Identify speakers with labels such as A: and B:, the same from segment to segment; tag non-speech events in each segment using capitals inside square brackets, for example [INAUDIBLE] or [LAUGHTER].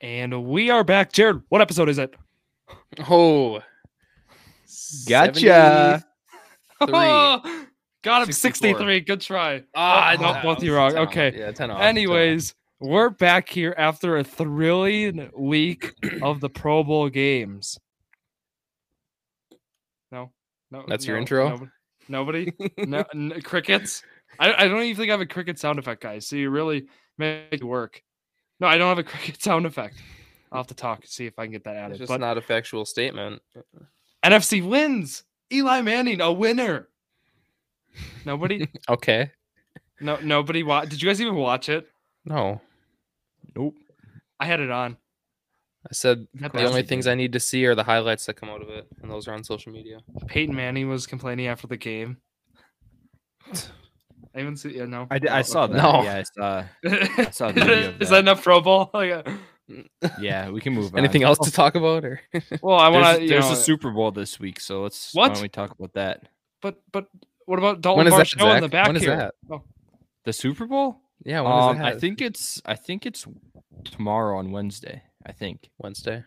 A: And we are back. Jared, what episode is it?
B: Oh,
A: [LAUGHS]
C: Gotcha. [LAUGHS]
B: 73.
A: Got him
B: 64.
A: 63. Good try.
B: Ah,
A: Oh, no, both
B: it's
A: you wrong.
B: 10 off.
A: Okay.
B: Yeah, ten off. 10 off.
A: Anyways, we're back here after a thrilling
B: [CLEARS THROAT]
A: week of the Pro Bowl games. No, no,
B: That's your
A: no,
B: intro?
A: Nobody,
B: [LAUGHS]
A: nobody? no, n- crickets. I, I don't even think I have a cricket sound effect, guys. So you really make it work. No, I don't have a [LAUGHS] cricket sound effect. I'll have to talk and see if I can get that
B: it's
A: added.
B: just
A: But
B: not a factual statement.
A: NFC wins. Eli Manning, a winner.
B: [LAUGHS]
A: Nobody,
B: Okay.
A: no, nobody. Wa- Did you guys even watch it?
B: No,
C: Nope.
A: I had it on.
B: I said
A: Not
B: the
A: bad.
B: only things I need to see are the highlights that come out of it, and those are on social media.
A: Peyton Manning was complaining after the
B: [SIGHS]
A: game. I even see. Yeah, no.
C: I, did, I
A: No,
C: saw
A: Oh, okay.
C: that.
A: [LAUGHS]
B: [LAUGHS] No.
C: Yeah, I saw. saw a
A: Is
C: video
A: that
C: of
A: is
C: that.
A: that enough Pro Bowl? [LAUGHS] Like, uh,
C: Yeah, we can move.
B: Anything
C: on.
B: else to talk about? Or
A: well, I
C: there's
A: want to.
C: there's a Super Bowl this week, so let's. Why
A: What?
C: don't we talk about that?
A: But but what about Dalton
B: when is that?
A: Barstow Oh, in the
B: Zach?
A: back
B: when is
A: here?
B: that?
C: The Super Bowl?
B: Yeah,
A: Oh,
B: when is
C: Um,
B: that?
C: I think it's. I think it's tomorrow on Wednesday. I think.
B: Wednesday.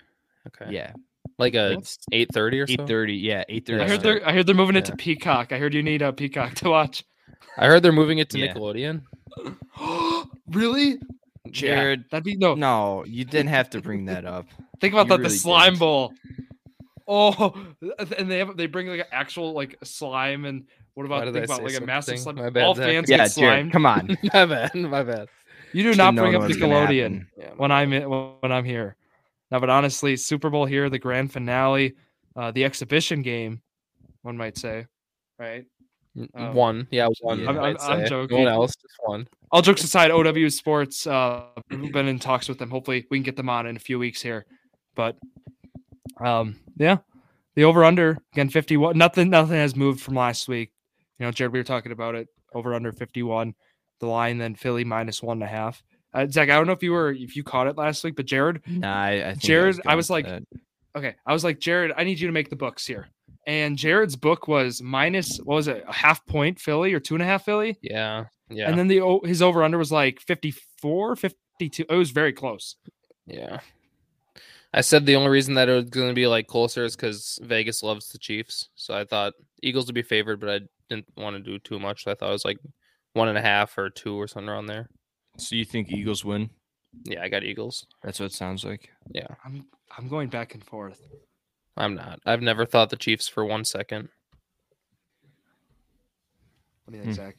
B: Okay.
C: Yeah,
B: Like a
C: it's
B: eight thirty or so.
C: eight thirty. Yeah, eight thirty.
A: I
B: Yeah.
A: heard they're I heard they're moving it
C: Yeah.
A: to Peacock. I heard you need a Peacock to watch. [GASPS]
B: I heard they're moving it to
C: Yeah.
B: Nickelodeon. [LAUGHS]
A: really?
B: Yeah.
C: Jared.
A: That'd be no.
C: No, you didn't have to bring
A: [LAUGHS]
C: that up.
A: think about
C: you
A: that.
C: really
A: the slime
C: didn't.
A: bowl. Oh, and they have they bring like actual like slime and what
B: Why
A: about
B: did
A: think
B: I
A: about
B: say
A: like a
B: such a
A: massive
B: thing?
A: slime?
B: My bad,
A: All
B: Zach.
A: fans
C: Yeah,
A: get
C: Jared,
A: slimed. [LAUGHS]
C: come on.
B: my bad. My bad.
A: You do
C: Should've
A: not
C: known
A: bring up
C: what was gonna
A: Nickelodeon.
C: happen.
B: Yeah.
A: when I'm in- when I'm here. Now, but honestly, Super Bowl here, the grand finale, uh, the exhibition game, one might say, right?
B: N-
A: Oh.
B: One, yeah, one.
C: Yeah.
B: I
A: I'm- I'm-
B: might
A: I'm
B: say. No
A: joking.
B: one else, just one.
A: All jokes aside, OW Sports, uh, we've been in talks with them. Hopefully, we can get them on in a few weeks here. But um, yeah, the over under again 51. Nothing, nothing has moved from last week. You know, Jared, we were talking about it. Over under 51. The line then Philly minus one and a half. Uh, Zach, I don't know if you were if you caught it last week, but Jared
C: Nah, I, I think
A: Jared, I
C: going
A: was
C: for
A: like-
C: that.
A: okay i was like jared i need you to make the books here and jared's book was minus what was it a half point philly or two and a half philly
B: Yeah, yeah,
A: and then the o- his over under was like 54 52 it was very close
B: yeah. I said the only reason that it was going to be like closer is because Vegas loves the Chiefs, so I thought Eagles would be favored, but I didn't want to do too much. So I thought it was like one and a half or two or something around there.
C: So you think Eagles win?
B: Yeah, I got Eagles.
C: That's what it sounds like.
A: i'm i'm going back and forth
B: I'm not. I've never thought the Chiefs for one second.
A: what
C: Hmm.
A: do you think zach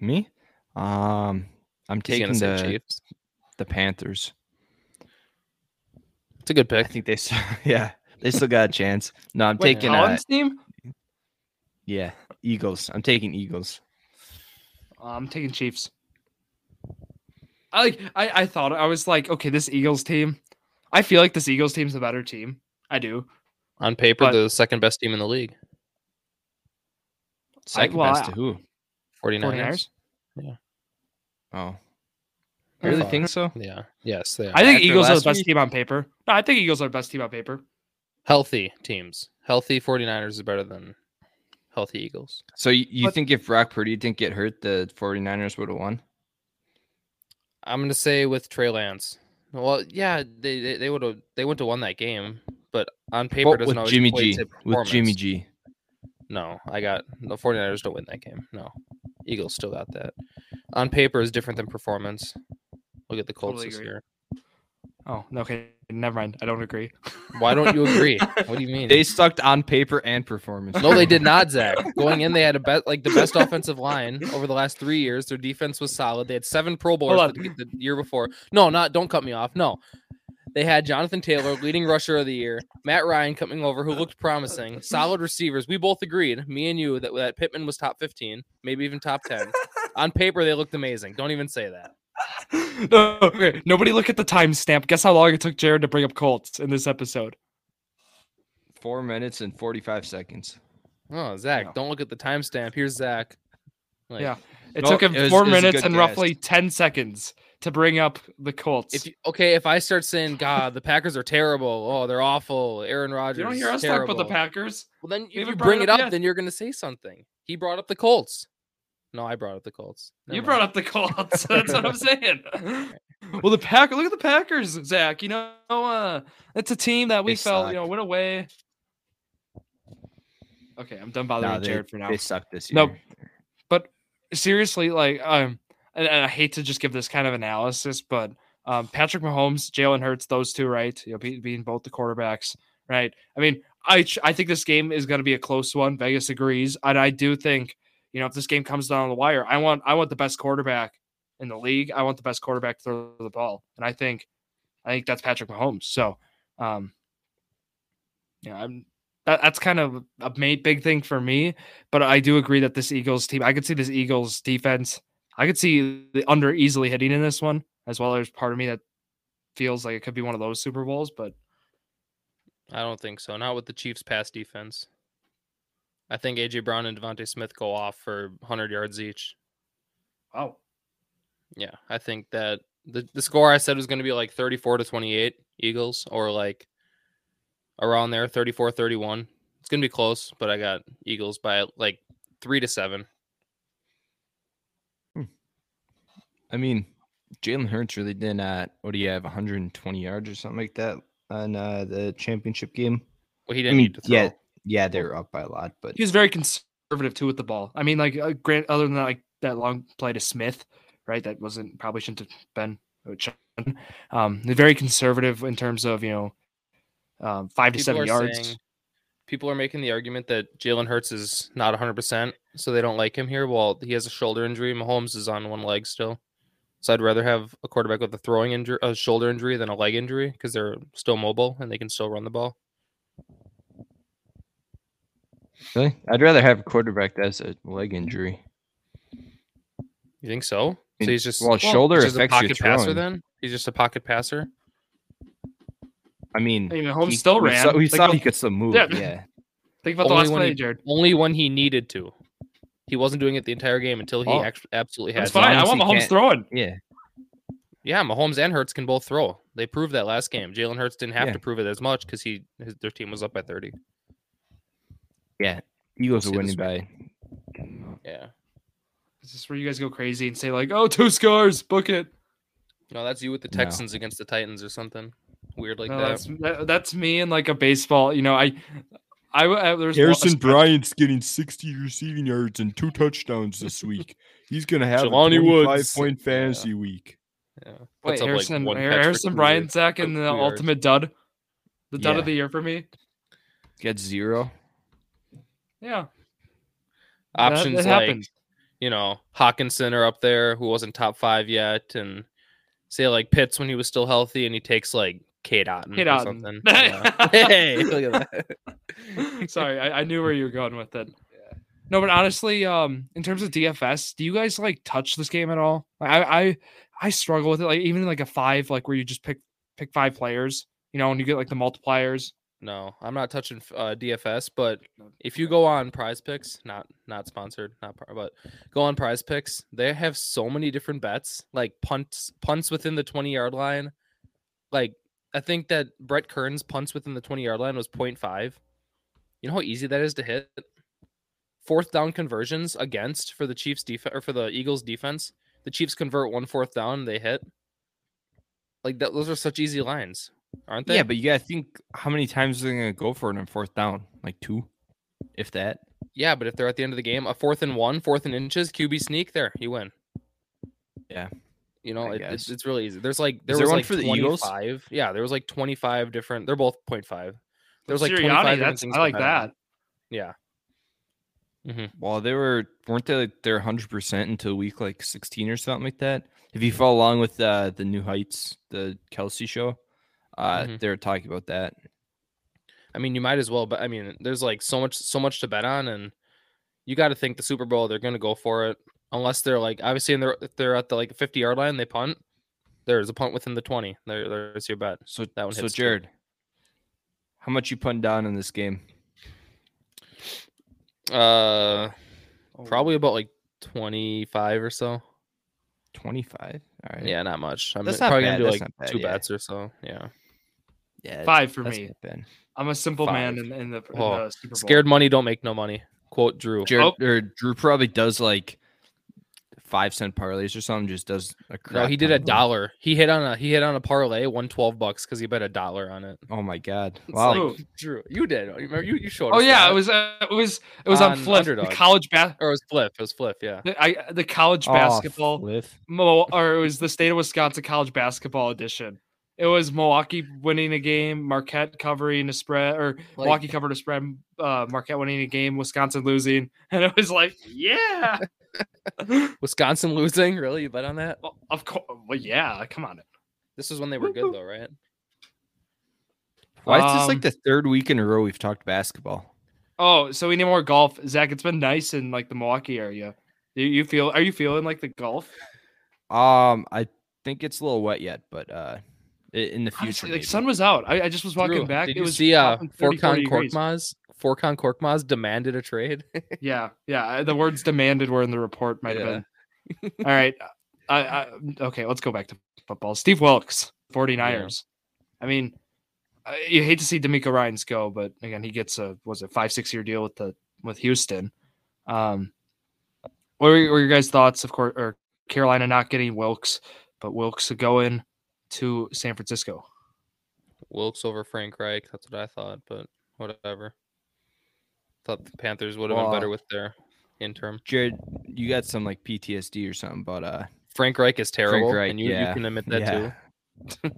C: Me? Um, I'm
B: He's
C: taking
B: going to say
C: the
B: Chiefs.
C: the Panthers.
B: It's a good
C: I
B: pick.
C: think they still, [LAUGHS] yeah, they still got a chance. No, I'm
A: Wait,
C: taking uh,
A: Collins' team
C: yeah, Eagles. I'm taking Eagles.
A: Uh, i'm taking chiefs i like i i thought i was like okay this eagles team i feel like this eagles team's a better team i do
B: On paper,
A: But-
B: they're the second best team in the league.
C: Second
A: well,
C: best
A: I-
C: to who?
B: 49ers.
C: Oh,
A: I
C: you really
A: thought-
C: think so?
B: Yeah. Yes, they are.
A: i think
C: After
A: eagles are the
C: last
A: best
C: week-
A: team on paper no i think eagles are the best team on paper
B: healthy teams. Healthy 49ers is better than healthy Eagles.
C: So you, you
A: But-
C: think if Brock Purdy didn't get hurt, the 49ers would have won?
B: I'm gonna say with Trey Lance. Well, yeah, they they, they would have they wouldn't have won that game, but on paper
C: But
B: doesn't
C: with
B: always
C: Jimmy
B: equate
C: G,
B: to
C: with Jimmy
B: performance.
C: G,
B: No, I got the 49ers don't win that game. No, Eagles still got that. On paper is different than performance. Look at the Colts
A: Totally
B: this
A: agree.
B: year.
A: oh no, okay never mind i don't agree [LAUGHS]
B: Why don't you agree? what do
C: [LAUGHS]
B: you mean?
C: they sucked on paper and performance.
B: no, they did not, Zach. Going in, they had a bet like the best offensive line over the last three years. Their defense was solid. They had seven Pro Bowlers
A: on.
B: the, the year before. No, not don't cut me off. No, they had Jonathan Taylor, leading rusher of the year, Matt Ryan coming over, who looked promising, solid receivers. We both agreed, me and you, that that Pittman was top fifteen, maybe even
A: [LAUGHS]
B: top ten. On paper, they looked amazing. Don't even say that.
A: no, okay. Nobody look at the timestamp. Guess how long it took Jared to bring up Colts in this episode?
C: [LAUGHS] Four minutes and forty-five seconds.
B: Oh, Zach,
A: No.
B: don't look at the timestamp. Here's Zach. Like,
A: Yeah. It
C: No,
A: took him
C: it was-
A: four
C: it was a
A: minutes
C: good
A: and
C: guess.
A: roughly ten seconds to bring up the Colts.
B: If you, okay, if I start saying God, the Packers are terrible. Oh, they're awful. Aaron Rodgers.
A: you don't hear us
B: terrible.
A: talk about the Packers,
B: Well, then if
A: haven't
B: you
A: brought
B: bring
A: it
B: it
A: up
B: up,
A: yet.
B: then you're going to say something. He brought up the Colts. No, I brought up the Colts.
A: [LAUGHS] you brought up the Colts. That's what I'm saying. Well, the Packer. Look at the Packers, Zach. You know, uh, it's a team that we
C: They
A: felt you know
C: suck.
A: went away. Okay, I'm done bothering
C: Nah, they,
A: Jared for now.
C: they suck this year.
A: Nope. Seriously, like, um, and, and I hate to just give this kind of analysis, but um, Patrick Mahomes, Jalen Hurts, those two, right? You know, be, being both the quarterbacks, right? I mean, I ch- I think this game is going to be a close one. Vegas agrees, and I do think you know if this game comes down to the wire, I want I want the best quarterback in the league. I want the best quarterback to throw the ball, and I think I think that's Patrick Mahomes. So, um, yeah, I'm that, that's kind of a main big thing for me. But I do agree that this Eagles team, I could see this Eagles defense, I could see the under easily hitting in this one as well. There's part of me that feels like it could be one of those Super Bowls, but
B: I don't think so. Not with the Chiefs' pass defense. I think AJ Brown and Devontae Smith go off for 100 yards each.
A: wow,
B: Yeah, I think that the, the score I said was going to be like 34 to 28 Eagles or like around there 34 31. It's going to be close, but I got Eagles by like 3 to 7.
C: I mean, Jalen Hurts really didn't. Uh, what do you have? 120 yards or something like that on uh, the championship game.
B: Well, he
C: I
B: didn't
C: mean,
B: need to throw.
C: yeah, yeah, they were up by a lot, but
A: he was very conservative too with the ball. I mean, like uh, grant other than that, like that long play to Smith, right? That wasn't probably shouldn't have been. it shouldn't have been. Um, they're very conservative in terms of you know um, five to
B: People
A: seven
B: are
A: yards.
B: saying- people are making the argument that Jalen Hurts is not 100%, so they don't like him here. Well, he has a shoulder injury. Mahomes is on one leg still. So I'd rather have a quarterback with a throwing injury, a shoulder injury, than a leg injury because they're still mobile and they can still run the ball.
C: really, I'd rather have a quarterback that's a leg injury.
B: You think so?
C: I
B: So
C: mean,
B: he's just
C: well, shoulder
B: he's just a
C: affects your
B: pocket passer.
C: throwing.
B: Then he's just a pocket passer.
C: I mean,
A: I mean, Mahomes
C: he-
A: still
C: we
A: ran.
C: Saw, we
A: Think
C: saw
A: about-
C: he could still move.
A: Yeah.
C: Yeah,
A: Think about the
B: only
A: last
B: when
A: play,
B: he-
A: Jared.
B: Only when he needed to. He wasn't doing it the entire game until he
C: Oh.
B: act- absolutely had.
A: That's
B: to.
A: fine. I
C: long as
A: want
C: he
A: Mahomes
C: can't-
A: throwing.
C: yeah.
B: Yeah, Mahomes and Hurts can both throw. They proved that last game. Jalen Hurts didn't have
C: Yeah.
B: to prove it as much because he his, their team was up by thirty.
C: Eagles
B: See
C: are
B: this
C: winning by.
B: Yeah.
A: Is this where you guys go crazy and say like, "Oh, two scores, book it"?
B: No, that's you with the
C: No.
B: Texans against the Titans or something weird like
A: No,
B: that.
A: that's that, that's me and like a baseball. You know, I, I, I there's one-
C: Bryant's getting 60 receiving yards and two touchdowns [LAUGHS] this week. He's gonna
B: have a Jelani Woods. 25-point
C: fantasy week.
B: Yeah. Puts
A: Wait,
B: up, like,
A: Harrison,
B: one catch for
A: Harrison
B: 200.
A: Bryant, Zach, and
B: two
A: the
B: yards.
A: ultimate dud, the dud
C: Yeah.
A: of the year for me.
C: Get zero.
A: Yeah, that- that
B: Options like
A: happened.
B: you know Hawkinson are up there who wasn't top five yet, and say like Pitts when he was still healthy, and he takes like Kate Otten
A: Kate
B: Hmm, or
A: Otten. [LAUGHS]
B: something. Yeah.
C: [LAUGHS]
B: hey, look at that.
A: Sorry, I, I knew where you were going with it. No, but honestly, um, in terms of DFS, do you guys like touch this game at all? Like, I, I, I struggle with it. Like even like a five, like where you just pick pick five players, you know, and you get like the multipliers.
B: No, I'm not touching uh, DFS, but if you go on Prize Picks, not not sponsored, not par- but go on Prize Picks, they have so many different bets, like punts punts within the 20 yard line. Like I think that Brett Kern's punts within the 20 yard line was 0.5. You know how easy that is to hit? Fourth down conversions against for the Chiefs defense or for the Eagles defense. The Chiefs convert one fourth down, they hit. Like that, those are such easy lines, aren't they?
C: Yeah, but you gotta think how many times they're gonna go for it on fourth down, like two, if that.
B: Yeah, but if they're at the end of the game, a fourth and one, fourth and inches, QB sneak, there you win.
C: Yeah,
B: you know
C: I
B: it, it's
C: guess.
B: it's really easy. There's like there
C: there
B: was
C: one
B: like
C: for the Eagles?
B: 25. Yeah, there was like 25 different. They're both 0.5. There's like 25
A: Sirianni,
B: different
A: that's
B: things
A: I
B: to
A: like
B: bet on.
A: that.
B: Yeah,
C: Well, they were weren't they like they're hundred percent until week like sixteen or something like that. If
B: Mm-hmm.
C: you follow along with uh, the New Heights, the Kelsey show, uh,
B: Mhm.
C: they're talking about that.
B: I mean you might as well. But I mean, there's like so much so much to bet on, and you got to think the Super Bowl they're going to go for it unless they're like obviously and they're if they're at the like 50 yard line they punt. There's a punt within the 20. There, there's your bet.
C: So
B: That one
C: so
B: hits too.
C: Jared, how much you putting down in this game?
B: Uh, probably about like 25 or so.
C: Twenty five. All right.
B: Yeah, not much. I'm
C: That's not
B: probably
C: bad,
B: gonna do
C: that's
B: like
C: not bad,
B: two
C: yeah.
B: bets or so. Yeah.
C: yeah
A: five for
C: that's
A: me.
C: not bad.
B: Oh.
A: I'm a simple man
B: Five.
A: in, in the, in
B: Oh,
A: the Super Bowl.
B: Scared money don't make no money. Quote Drew.
C: Jared or Drew probably does like five cent parlays or something just does a crap.
B: No, he did a
C: ton.
B: dollar. He hit on a he hit on a parlay, won twelve bucks because he bet a dollar on it.
C: Oh my god!
B: It's
C: Wow.
A: like-
B: like, Drew, you did. You remember you, you showed
A: Oh
B: us
A: yeah,
B: that.
A: it was uh, it was it was on,
B: On
A: Flip the
B: Underdog.
A: college bas-
B: or it was flip. It was flip, yeah.
A: the, I, the college
C: Oh,
A: basketball
C: Cliff.
A: Mo- or it was the state of Wisconsin college basketball edition. It was Milwaukee winning a game, Marquette covering a spread, or Milwaukee covered a spread, uh, Marquette winning a game, Wisconsin losing, [LAUGHS] and it was like, yeah,
B: Wisconsin losing, really? You bet on that?
A: well, of course, well, yeah, come on.
B: This is when they were good though, right?
C: Why is this
A: Um,
C: like the third week in a row we've talked basketball?
A: Oh, so we need more golf, Zach. It's been nice in like the Milwaukee area. Do you feel? Are you feeling like the golf?
C: Um, I think it's a little wet yet, but uh, i- in the future,
A: Honestly,
C: maybe.
A: like sun was out. I, I just was walking
B: Drew,
A: back.
B: Did
A: it
B: you
A: was
B: see uh
A: dropping 30, 40
B: Forcon
A: degrees.
B: Korkmaz? Forcon Korkmaz demanded a trade.
A: Yeah, yeah. I- The words demanded were in the report. Might have been. All right. I, I, okay, let's go back to football. Steve Wilkes, 49ers. I mean, I- you hate to see D'Amico Ryan's go, but again, he gets a was it five six year deal with the with Houston. Um, what were, were your guys' thoughts? Of course, or Carolina not getting Wilkes, but Wilkes going to San Francisco.
B: Wilkes over Frank Reich. That's what I thought, but whatever. Thought the Panthers would have
C: Well,
B: been better with their interim.
C: Jared, you got some like PTSD or something, but uh, [CLEARS THROAT]
B: Frank Reich is terrible,
C: Reich,
B: and you,
C: yeah,
B: you can admit that too.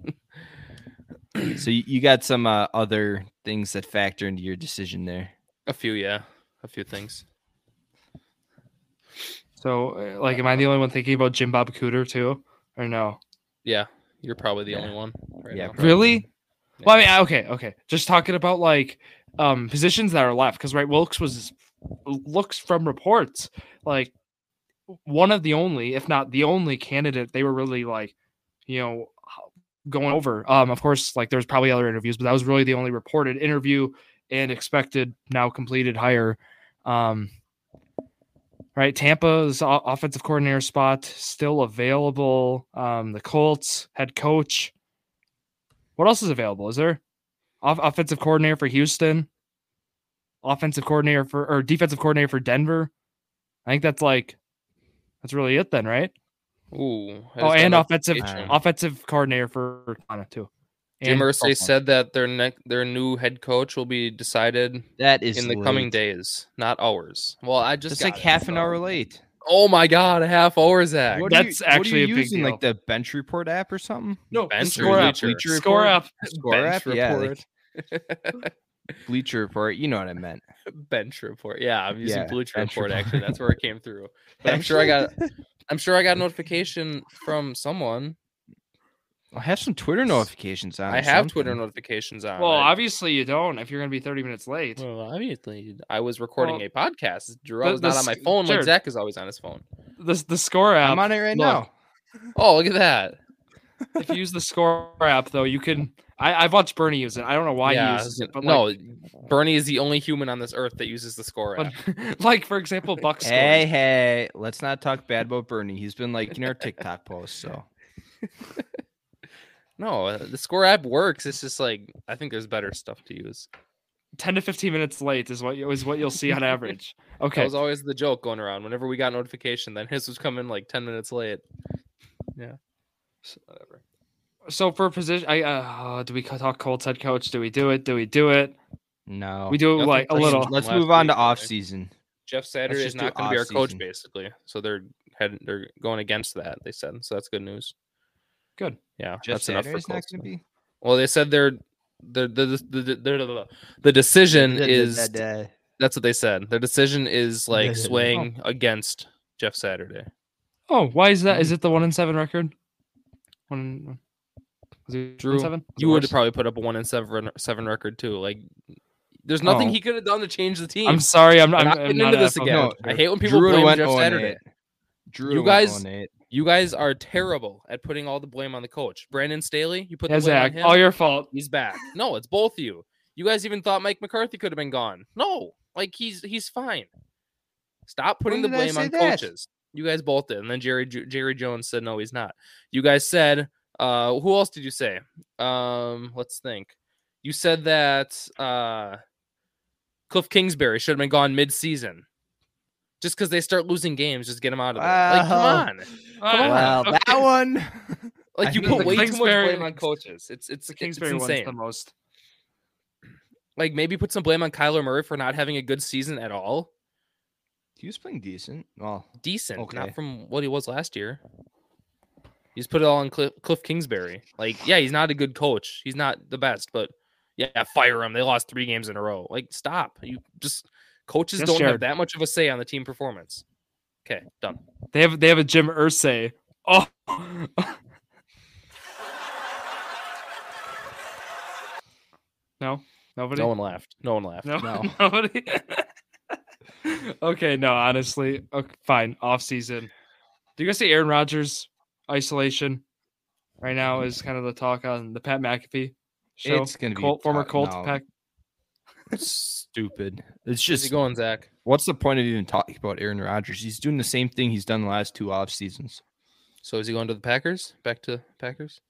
C: yeah. so you, you got some uh, other things that factor into your decision there.
B: A few, yeah, a few things.
A: So, uh, like, am I the only one thinking about Jim Bob Cooter too, or no?
B: Yeah, you're probably the
C: Yeah.
B: only one. Right
C: Yeah,
B: now.
C: probably.
A: Really? Well, I mean, I- okay, okay. Just talking about like um positions that are left because right, Wilkes was looks from reports like one of the only, if not the only candidate they were really like, you know, going over. Um, of course, like there's probably other interviews, but that was really the only reported interview and expected now completed hire. Um, right, Tampa's o- offensive coordinator spot still available. Um, the Colts head coach. What else is available? Is there off- offensive coordinator for Houston? Offensive coordinator for or defensive coordinator for Denver? I think that's like that's really it then, right?
B: Ooh. I
A: Oh,
B: just
A: and
B: got
A: offensive
B: notification.
A: offensive coordinator for Kana too.
B: Jim
A: And-
B: Irsay said that their ne- their new head coach will be decided
C: That is
B: in the coming
C: late.
B: days, not hours. Well, I just
C: That's
B: got
C: like
B: it,
C: half an
B: so-
C: hour late.
B: Oh my god, a half hour, Zach.
C: What are you-
A: That's
C: what are you
A: actually a big
C: using, Like the bench report app or something. [LAUGHS]
A: no
B: bench or
A: score up,
B: Bleacher
A: score
C: Report?
A: up.
C: Score
B: Bench
C: app, yeah,
B: report.
C: like Bleacher Report. You know what I meant.
B: bench report. Yeah, I'm using
C: Yeah,
B: Bleacher
C: bench
B: Report
C: report.
B: actually. That's where it came through. But I'm sure I got I'm sure I got a notification from someone.
C: [LAUGHS] I have some Twitter notifications on.
B: I
C: or
B: have Twitter
C: Uh, something.
B: notifications on.
A: Well,
B: [LAUGHS] I-
A: obviously you don't if you're going to be 30 minutes late.
B: well, obviously, I was recording
A: Well,
B: a podcast. Drew,
A: the-
B: I was not
A: the
B: on my
A: sc-
B: phone like
A: Jared.
B: Zach is always on his phone.
A: The the score app.
C: I'm on it right
A: Look.
C: now.
B: Oh, look at that.
A: if you use the score app though, you can. I, I've watched Bernie use it. I don't know why
B: Yeah, I
A: he
B: was
A: uses it, but
B: gonna- no,
A: like,
B: Bernie is the only human on this earth that uses the score app.
A: but, like [LAUGHS] for example, Buck scores.
C: Hey, hey, let's not talk bad about Bernie. He's been liking our TikTok posts, so
B: No, uh, the score app works. It's just like I think there's better stuff to use.
A: ten to fifteen minutes late is what you- is what you'll see
B: [LAUGHS]
A: on average.
B: That
A: Okay,
B: was always the joke going around. Whenever we got notification, then [LAUGHS] his was coming like ten minutes late. Yeah. So, whatever.
A: so for position, I uh, do we co- talk Colts head coach? Do we do it? Do we do it?
C: no.
A: We do
B: Nothing
A: like a
B: personal.
A: little.
C: Let's
B: Last
C: move on to
B: week, I
C: off
B: think.
C: season.
B: Jeff Saturday is
C: just do
B: not going to be our coach,
C: off-season.
B: basically. So they're heading, they're going against that. They said so. That's good news.
A: Good.
B: Yeah,
C: Jeff
B: that's enough for
C: Saturday's not
B: Colts.
C: going to be.
B: Well, they said they're the the the the, the, the, the decision is
D: uh,
B: that's what they said. Their decision is like swaying
C: Oh.
B: against Jeff Saturday.
A: Oh, why is that? Is it the one and seven record? One. and- Was it
B: Drew,
A: seven? Was it
B: You would
A: worse?
B: have probably put up a one and seven seven record too. Like, there's nothing
A: Oh.
B: he could have done to change the team.
A: I'm sorry. I'm,
B: We're
A: I'm,
B: not
A: I'm
B: getting
A: not
B: into
A: an
B: this
A: NFL
B: again.
A: coach.
B: I hate when people
C: Drew
B: blame
C: went
B: Jeff
C: 0 and
B: Saturday.
C: 8. Drew
B: You
C: went
B: guys-
C: 0 and 8.
B: You guys are terrible at putting all the blame on the coach. Brandon Staley, you put
A: Yeah,
B: the blame
A: Zach,
B: on him.
A: all your fault.
B: he's back. No, it's both of you. You guys even thought Mike McCarthy could have been gone. No, like he's he's fine. Stop putting the
C: When did I
B: blame
C: say
B: on
C: that?
B: coaches. You guys both did, and then Jerry Ju- Jerry Jones said no, he's not. You guys said, uh, who else did you say? Um, let's think. You said that uh, Cliff Kingsbury should have been gone mid-season. Just because they start losing games, just get them out of there. Like, come on.
A: Ah,
D: Well,
B: [LAUGHS]
A: okay.
D: Uh-huh. that one.
B: Like
A: I
B: you
A: think
B: put
A: the
B: way too much
A: Kingsbury-
B: blame on coaches. It's it's
A: The
B: it's
A: Kingsbury one's
B: insane.
A: the most.
B: Like maybe put some blame on Kyler Murray for not having a good season at all.
C: [LAUGHS] He was playing decent. Well,
B: Decent,
C: Okay.
B: not from what he was last year. You just put it all on Cliff, Cliff Kingsbury. Like, yeah, he's not a good coach. He's not the best, but yeah, fire him. They lost three games in a row. Like, stop. You just coaches
A: Yes,
B: don't have
A: Jared.
B: that much of a say on the team performance. Okay, done.
A: They have they have a Jim Ursay. Oh, [LAUGHS] no, nobody.
B: No one laughed. No one laughed.
A: No,
C: No.
A: [LAUGHS] nobody. okay, no, honestly, okay, fine. Off season. Do you guys see Aaron Rodgers isolation right now is kind of the talk on the Pat McAfee show?
C: It's gonna be
A: Colt, former
C: tough-
A: Colts
C: no. [LAUGHS]
A: Pac-
C: stupid. It's
B: Just
C: just
B: going, Zach.
C: what's the point of even talking about Aaron Rodgers? He's doing the same thing he's done the last two off seasons.
B: So is he going to the Packers? Back to Packers?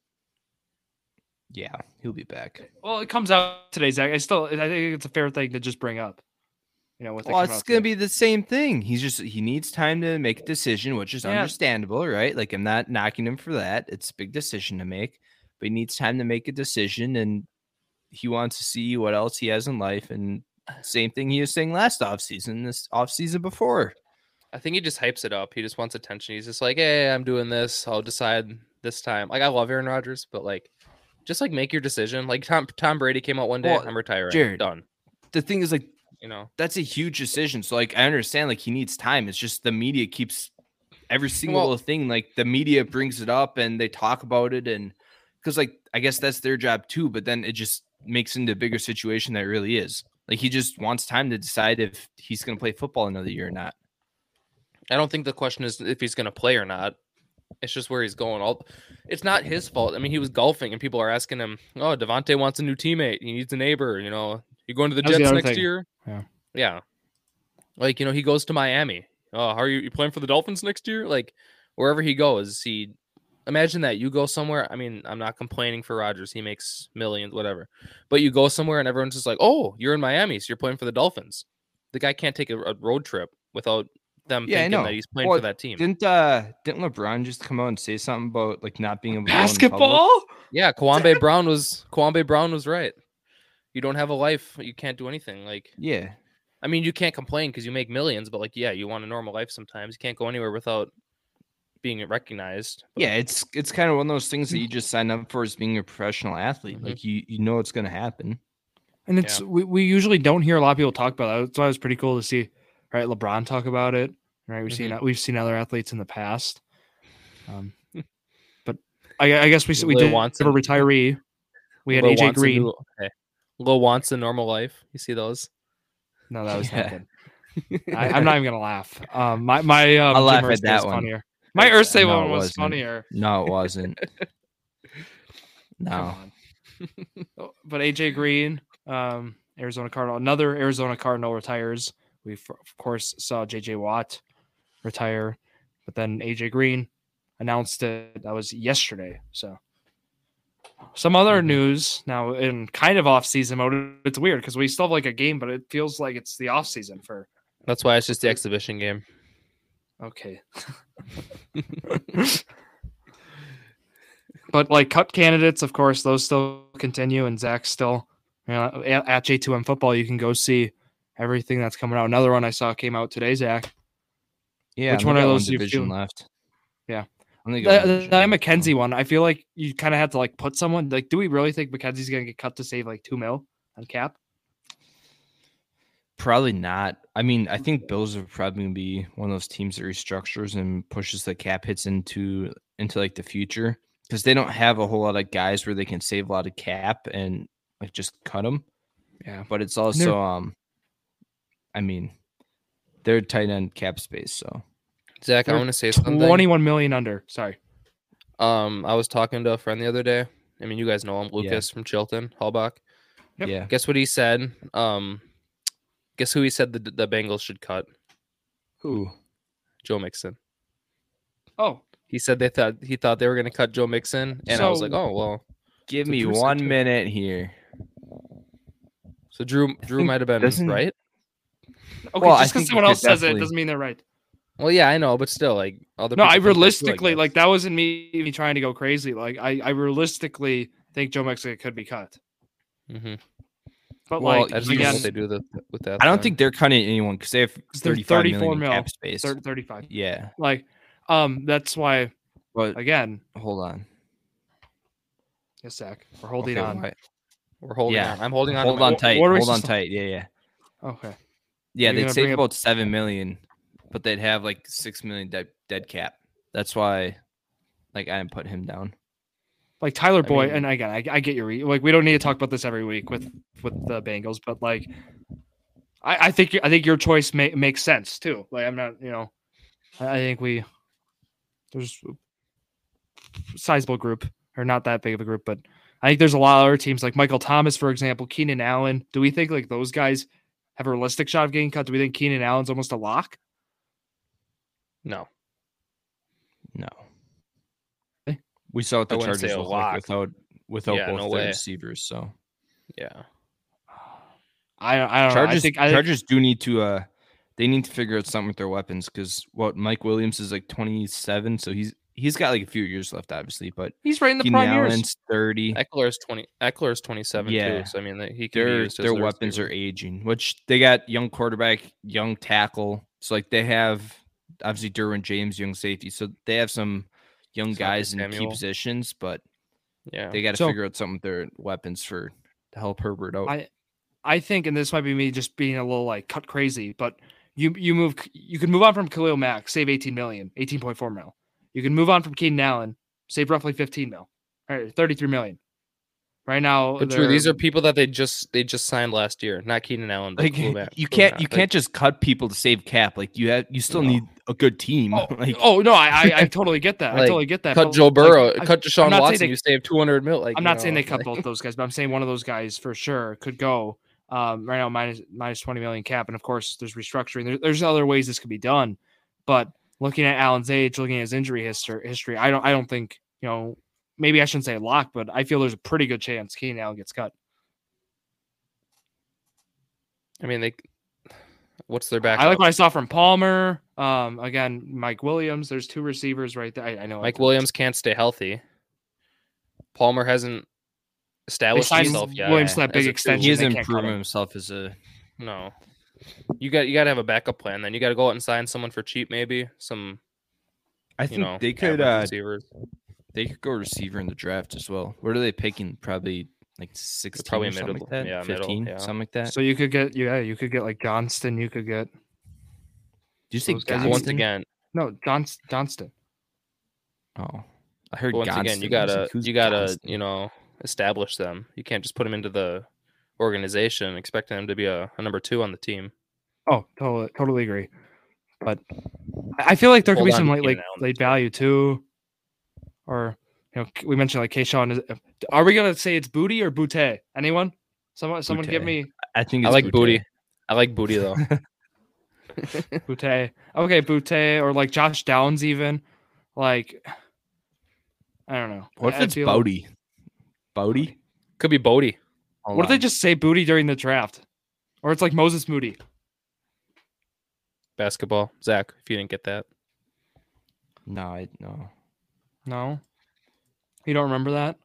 C: Yeah, he'll be back.
A: Well, it comes out today, Zach. I still, I think it's a fair thing to just bring up. You know, what they
C: Well,
A: come
C: it's
A: out
C: gonna
A: today.
C: be the same thing. He's just he needs time to make a decision, which is
A: Yeah.
C: understandable, right? Like I'm not knocking him for that. It's a big decision to make, but he needs time to make a decision, and he wants to see what else he has in life. And same thing he was saying last offseason, this offseason before.
B: I think he just hypes it up. He just wants attention. He's just like, hey, I'm doing this. I'll decide this time. Like I love Aaron Rodgers, but like just like make your decision. Like Tom Tom Brady came out one day,
C: Well,
B: I'm retiring.
C: Jared.
B: Done.
C: The thing is, like
B: You know?
C: that's a huge decision. So like I understand, like he needs time. It's just the media keeps every single
B: Well-
C: little thing. Like the media brings it up and they talk about it, and because like I guess that's their job too. But then it just makes into a bigger situation that it really is. Like he just wants time to decide if he's going to play football another year or not.
B: I don't think the question is if he's gonna play or not. It's just where he's going. All it's not his fault. I mean, he was golfing and people are asking him, Oh, Devontae wants a new teammate. He needs a neighbor, you know. You going to the
A: That was the
B: Jets
A: other
B: next
A: thing.
B: year?
A: Yeah.
B: Yeah. Like, you know, he goes to Miami. Oh, how are you, you playing for the Dolphins next year? Like, wherever he goes, he imagine that you go somewhere. I mean, I'm not complaining for Rodgers. He makes millions, whatever. But you go somewhere and everyone's just like, oh, you're in Miami, so you're playing for the Dolphins. The guy can't take a, a road trip without them
C: Yeah, I
B: thinking
C: know.
B: that he's playing
C: Well,
B: for that team.
C: Didn't uh didn't LeBron just come out and say something about like not being able to go in public?
A: basketball.
B: Yeah, Kwame Brown was Kwame Brown was right. You don't have a life. You can't do anything. Like
C: Yeah,
B: I mean, you can't complain because you make millions, but like, yeah, you want a normal life sometimes. You can't go anywhere without being recognized.
C: yeah. It's it's kind of one of those things that you just sign up for as being a professional athlete.
A: Mm-hmm.
B: Mhm.
C: Like you you know it's going to happen.
A: And it's we, we usually don't hear a lot of people talk about that. That's why it was pretty cool to see right LeBron talk about it. Right, we've
C: Mm-hmm.
A: seen we've seen other athletes in the past,
C: [LAUGHS]
A: um, but I, I guess we s- we
B: Lil
A: did
B: Wants
A: have a
B: and-
A: retiree. We had
B: Lil
A: AJ
B: wants a
A: Green.
B: new- okay. Lil wants a normal life. You see those?
A: No, that was
C: Yeah.
A: not
C: [LAUGHS]
A: good. I, I'm not even gonna laugh. Um, my my um,
C: I'll laugh
A: Jim
C: at
A: Irsay
C: that
A: was
C: one.
A: Funnier. My
B: That's-
A: Ursay
C: no,
A: one
C: it
A: was
C: wasn't.
A: funnier.
C: No, it wasn't. [LAUGHS]
A: Come
C: no.
A: on. [LAUGHS] Oh, but AJ Green, um, Arizona Cardinal, another Arizona Cardinal retires. We f- of course saw JJ Watt retire, but then AJ Green announced it. That was yesterday. So some other
C: Mhm.
A: news now in kind of off season mode. It's weird because we still have like a game, but it feels like it's the off season for
B: That's why it's just the exhibition game.
A: Okay. [LAUGHS] but like cup candidates, of course, those still continue, and Zach's still you know, at, at J2M football. You can go see everything that's coming out. Another one I saw came out today, Zach.
C: Yeah,
A: Which
C: and
A: one
C: we
A: are
C: got
A: those you
C: division
A: feel-
C: left?
A: Yeah.
C: only
A: The,
C: got one
A: the
C: division
A: Nye
C: left, so-
A: McKenzie one. I feel like you kind of had to like put someone like. Do we really think McKenzie's gonna get cut to save like two mil on cap?
C: Probably not. I mean, I think Bills are probably gonna be one of those teams that restructures and pushes the cap hits into into like the future because they don't have a whole lot of guys where they can save a lot of cap and like just cut them.
A: Yeah.
C: But it's also um, I mean, they're tight end cap space, so
B: Zach, I
A: They're
B: want to say something.
A: Twenty-one million under. Sorry.
B: Um, I was talking to a friend the other day. I mean, you guys know him, Lucas from Chilton, Hallbach.
A: Yep.
C: yeah.
B: Guess what he said? Um, guess who he said the the Bengals should cut?
C: Who?
B: Joe Mixon.
A: Oh,
B: He said they thought he thought they were going to cut Joe Mixon, and I was
A: So-
B: like, oh well.
C: Give
B: So
C: me
B: Drew said
C: one
B: two.
C: minute here.
B: So Drew Drew
C: think-
B: might have been
C: doesn't-
B: right.
A: okay.
C: Well, I
A: just because
C: think you
A: someone
C: could
A: else says it
C: definitely-
A: doesn't mean they're right.
B: Well, yeah, I know, but still, like other.
A: No,
B: people
A: I
B: think that too,
A: realistically
B: guess.
A: like that wasn't me even trying to go crazy. Like I, I realistically think Joe Mexica could be cut.
B: Mhm.
A: But
C: Well,
A: like
B: I just
C: you
B: don't know
A: again,
B: what they do the, with that.
C: I don't
B: then.
C: think they're cutting anyone because they have
A: they're
C: 35 million
A: 34
C: in
A: mil.
C: cap space.
A: thir- 35.
C: Yeah,
A: Like, um, that's why
C: but
A: again,
C: hold on,
A: yes, Zach, we're holding
C: Okay,
A: on.
C: why-
B: we're holding
C: yeah.
B: on. I'm holding on. to
C: hold
B: my-
C: on
A: Wha-
C: tight,
A: what are we
C: hold on
A: supposed to-
C: tight. Yeah, yeah,
A: Okay.
C: yeah.
A: You're
C: They'd
A: gonna
C: save
A: bring up-
C: about seven million, but they'd have like six million dead, dead cap. That's why, like, I didn't put him down.
A: Like Tyler Boyd,
C: mean-
A: and again, I, I get your re- like. We don't need to talk about this every week with with the Bengals, but like, I, I think I think your choice ma- makes sense too. Like, I'm not, you know, I I think we there's a sizable group or not that big of a group, but I think there's a lot of other teams like Michael Thomas, for example, Keenan Allen. Do we think like those guys have a realistic shot of getting cut? Do we think Keenan Allen's almost a lock?
B: No,
C: No,
A: Eh?
C: we saw what
B: I
C: the
B: wouldn't say
C: Chargers
B: a
C: look like
B: lock.
C: without without
B: Yeah,
C: both
B: no
C: their
B: way.
C: receivers. So
B: yeah.
A: I don't, I don't know. I
C: Chargers,
A: think I,
C: Chargers do need to uh they need to figure out something with their weapons because what Mike Williams is like 27, so he's he's got like a few years left, obviously. But
A: he's right in the
C: Keenan
A: prime years.
C: Allen's 30.
B: Eckler is twenty. Eckler is twenty-seven
C: Yeah.
B: too. So I mean, they- he can be
C: Their
B: used as
C: their
B: a
C: weapons are
B: receiver.
C: aging, which they got young quarterback, young tackle. So like they have obviously Derwin James, young safety. So they have some young
B: Asante
C: guys in key
B: Samuel.
C: positions, but
B: Yeah.
C: they got to
A: So-
C: figure out something with their weapons for to help Herbert out.
A: I- I think, and this might be me just being a little like cut crazy, but you you move you can move on from Khalil Mack, save 18 million, 18.4 mil. You can move on from Keenan Allen, save roughly 15 mil, or 33 million. Right now,
B: But true, these
A: they're-
B: are people that they just they just signed last year, not Keenan Allen. But
C: like [LAUGHS]
B: Khalil Mack-
C: you
B: Khalil
C: can't
B: Mack.
C: you
B: Like,
C: can't just cut people to save cap. Like you have you still
B: No.
C: need a good team.
A: Oh,
C: [LAUGHS] like
A: oh no, I, I I totally get that. I
B: [LAUGHS] Like,
A: totally get that.
B: cut
A: but,
B: Joe
A: like,
B: Burrow,
A: I-
B: cut Deshaun
A: not saying
B: Watson.
A: they-
B: you save two hundred mil. Like
A: I'm
B: you
A: not
B: know,
A: saying they cut
B: [LAUGHS] like-
A: both those guys, but I'm saying one of those guys for sure could go um, right now minus minus 20 million cap, and of course there's restructuring. There, there's other ways this could be done, but looking at Allen's age, looking at his injury history, history, I don't I don't think you know maybe I shouldn't say lock, but I feel there's a pretty good chance Keenan Allen gets cut.
B: I mean, they. What's their back?
A: I like what I saw from Palmer. Um, again, Mike Williams. There's two receivers right there. I, I know I
B: Mike
A: can-
B: Williams can't stay healthy. Palmer hasn't
A: They
B: established
A: signed
B: himself yet.
A: Williams to that
B: as
A: big
B: a two.
A: extension.
C: he has
A: they can't cut
C: improved
A: him.
C: himself as a
B: No, you got you got to have a backup plan. Then you got to go out and sign someone for cheap, maybe some.
C: I
B: You
C: think
B: know,
C: they
B: average
C: could uh
B: receivers.
C: they could go receiver in the draft as well. What are they picking? Probably like sixteen
B: probably
C: or something
B: middle-
C: like that.
B: yeah, middle,
C: Fifteen,
B: yeah.
C: something like that.
A: So you could get yeah, you could get like Johnston. You could get
C: Do you say
A: those guys-
C: Gonston?
B: Once again,
A: no Johnst- Johnston.
C: Oh, I heard
B: but once
C: Gonston.
B: again, you
C: I was
B: gotta
C: like, who's
B: you gotta
C: Gonston?
B: you know establish them. You can't just put them into the organization expecting them to be a, a number two on the team.
A: Oh, totally, totally agree. But I I feel like there could
B: Hold
A: be
B: on
A: some
B: to
A: late,
B: Keenan
A: late,
B: Allen
A: late value too, or you know, K- we mentioned like Kayshawn. Is, uh, are we gonna say it's booty or bootay? Anyone? Someone, someone, give
C: Boutte.
A: me
C: I think
B: I
C: it's
B: like booty.
C: Boutte.
B: I like booty
C: [LAUGHS]
B: though.
A: bootay. Okay, bootay, or like Josh Downs, even like I don't know.
C: What if
A: I
C: it's
A: feel-
C: Bodie? Bodie?
B: Could be Bodie.
C: Hold
A: What if they
C: on.
A: just say booty during the draft? Or it's like Moses Moody.
B: basketball. Zach, if you didn't get that,
C: No, I no.
A: No, you don't remember
B: [LAUGHS]
A: that.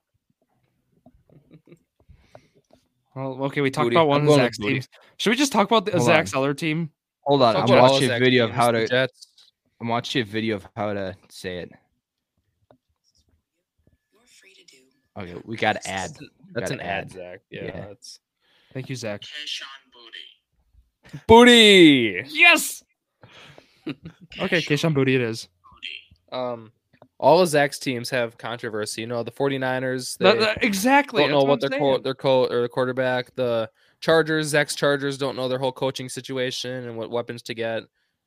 A: Well, okay, we talked
B: Booty.
A: about
B: I'm
A: one of
B: going with
A: Zach's
B: booty.
A: teams. Should we just talk about the
C: Hold
A: Zach's
C: on.
A: other team?
C: Hold on,
B: Talk
C: I'm
B: about all
C: watching a
B: Zach
C: video of
B: James,
C: how
B: the
C: to.
B: Jets.
C: I'm watching a video of how to say it.
D: You're free to do.
C: Okay, we got to add.
B: That's
C: gotta
B: an ad,
C: add.
B: Zach. Yeah,
C: Yeah.
B: that's
A: Thank you,
B: [LAUGHS]
A: Zach.
D: Kayshawn Booty.
C: [LAUGHS]
B: booty.
A: Yes. Okay, Keishon Booty, it is.
D: Booty.
B: Um, all of Zach's teams have controversy. You know, the 49ers. They
A: That- that- exactly.
B: don't know
A: that's
B: what their
A: I'm
B: co-
A: saying.
B: their co- or the quarterback. The Chargers, Zach's Chargers, don't know their whole coaching situation and what weapons to get.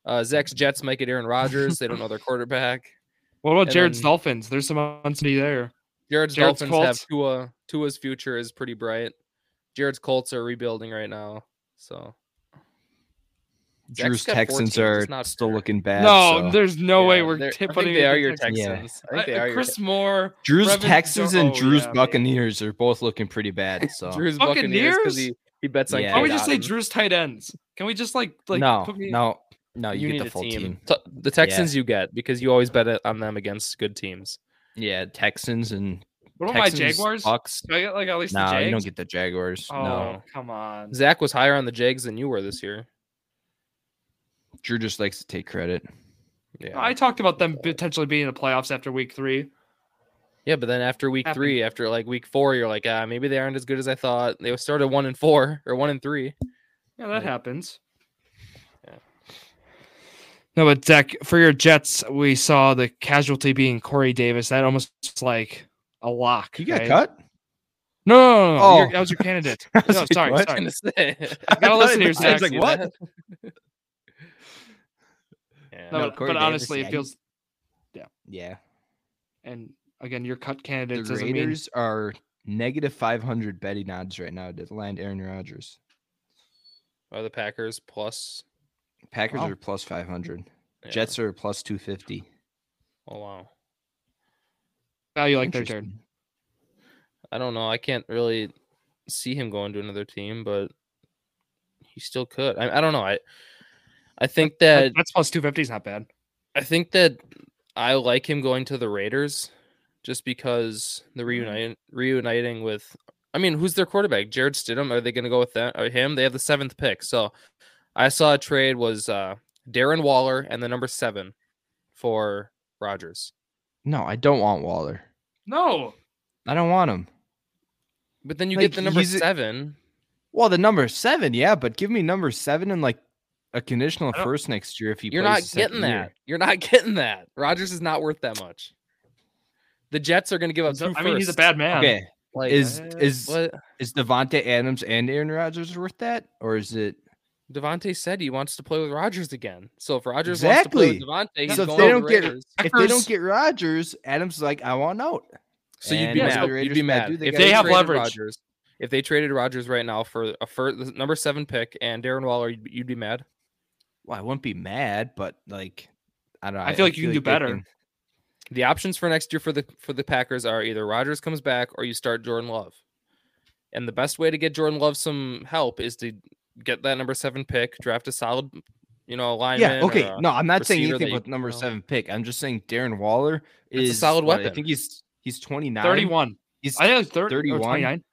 B: Uh,
A: [LAUGHS]
B: Zach's Jets might get Aaron Rodgers. they don't know their quarterback.
A: What about
B: and
A: Jared's
B: then-
A: Dolphins? There's some uncertainty there.
B: Jared's,
A: Jared's
B: Dolphins
A: Colts.
B: have Tua. Tua's future is pretty bright. Jared's Colts are rebuilding right now, so
C: Drew's
B: got four
C: Texans
B: teams,
C: are
B: it's not
C: still
B: fair.
C: looking bad.
A: no,
C: so-
A: there's no way
B: Yeah,
A: we're
B: they're-
A: tipping
B: I think they
A: it
B: are
A: to
B: your
A: Texans.
B: Texans. I
A: Uh,
B: think they are
A: Chris Moore,
C: Drew's
A: Brevin-
C: Texans and
A: oh,
C: Drew's
A: yeah.
C: Buccaneers are both looking pretty
A: [LAUGHS]
C: bad. So
B: your Drew's
A: Buccaneers?
B: Buccaneers because he, he bets on.
C: Yeah.
A: Why don't
B: Cade
A: we just say
B: Otton.
A: Drew's tight ends? Can we just like like
C: no,
A: put me-
C: no, no, Uh, you,
B: need
C: get
B: a
C: the full team.
B: T- the Texans you get because you always bet it on them against good teams.
C: Yeah, Texans and
A: What about my
C: Texans,
A: Jaguars? Do
C: Bucks.
A: I get like at least
C: No,
A: the Jags?
C: you don't get the Jaguars.
A: oh,
C: No,
A: come on.
B: Zach was higher on the Jags than you were this year.
C: Drew just likes to take credit.
B: Yeah,
A: I talked about them potentially being in the playoffs after week three.
B: yeah, but then after week
A: Happened.
B: three, after like week four, you're like, ah, maybe they aren't as good as I thought. They started one and four or one and
C: [LAUGHS]
B: three.
A: Yeah, that
B: Right.
A: happens.
B: Yeah.
A: No, but Zach, for your Jets, we saw the casualty being Corey Davis. That almost was like a lock. right?
C: cut.
A: No, no, no, no.
C: Oh.
A: You're- that was your candidate.
C: [LAUGHS]
A: No,
C: was like,
A: sorry,
B: [LAUGHS]
C: what?
A: sorry.
B: Gonna
C: [LAUGHS]
B: say.
A: gotta listen here,
C: I was
A: Zach.
C: like,
B: See
C: what?
B: that? [LAUGHS] Yeah.
A: No,
C: No,
A: but,
C: Corey
A: but
C: Davis,
A: honestly,
C: yeah,
A: it
C: he-
A: feels.
C: [LAUGHS] Yeah,
A: And again, your cut
C: the
A: candidate doesn't mean
C: Raiders are negative five hundred betting odds right now to land Aaron Rodgers.
B: Are the Packers plus?
C: Packers
A: Wow.
C: are plus five hundred.
B: Yeah.
C: Jets are plus two fifty.
B: Oh wow.
A: value like their turn.
B: I don't know. I can't really see him going to another team, but he still could. I, I don't know. I I think that
A: That- That's plus two fifty is not bad.
B: I think that I like him going to the Raiders just because the
C: Mm-hmm.
B: reuniting reuniting with I mean, who's their quarterback? Jared Stidham. Are they gonna go with that or him? They have the seventh pick. So I saw a trade was uh Darren Waller and the number seven for Rogers.
C: No, I don't want Waller.
A: No,
C: I don't want him.
B: But then you
C: Like,
B: get the number
C: he's a-
B: seven.
C: Well, the number seven, yeah, but give me number seven and like a conditional
A: I don't-
C: first next year if he.
B: You're
C: plays
B: not
C: the second
B: getting that.
C: year.
B: You're not [LAUGHS] getting that. Rogers is not worth that much. The Jets are going to give up
A: So-
B: two
A: I mean he's a
B: firsts.
A: bad man.
C: Okay,
B: Like,
C: is
A: uh,
C: is
B: what
C: is Devonte Adams and Aaron Rodgers worth that, or is it?
B: Devontae said he wants to play with Rogers again. So if Rogers wants to play
C: Exactly.
B: with Devontae, he's
C: So if
B: going
C: they
B: to the
C: don't get-
B: Raiders.
C: If they
A: Packers-
C: don't get Rodgers, Adams is like, I want out.
B: So you'd be
C: And
A: if
B: mad.
A: the
B: You'd
C: Raiders
B: be
C: might
B: mad
C: do, they
B: if
A: gotta They have
B: traded
A: leverage.
B: Rodgers- if they traded Rogers right now for a fir- the number seven pick and Darren Waller, you'd, be- you'd be mad.
C: Well, I wouldn't be mad, but like, I don't. know.
A: I feel like you can do
C: they
A: better.
B: The options for next year for the for the Packers are either Rodgers comes back or you start Jordan Love. And the best way to get Jordan Love some help is to get that number seven pick, draft a solid, you know, alignment. uh,
C: yeah. Okay. No, I'm not saying
B: receiver
C: anything
B: that you-
C: about number
B: no.
C: seven pick. I'm just saying Darren Waller
B: That's a
C: is
B: solid
C: what, I
B: weapon.
C: think he's he's 29.
A: Thirty-one.
C: He's
A: I think it's 30,
C: 31?
A: 29.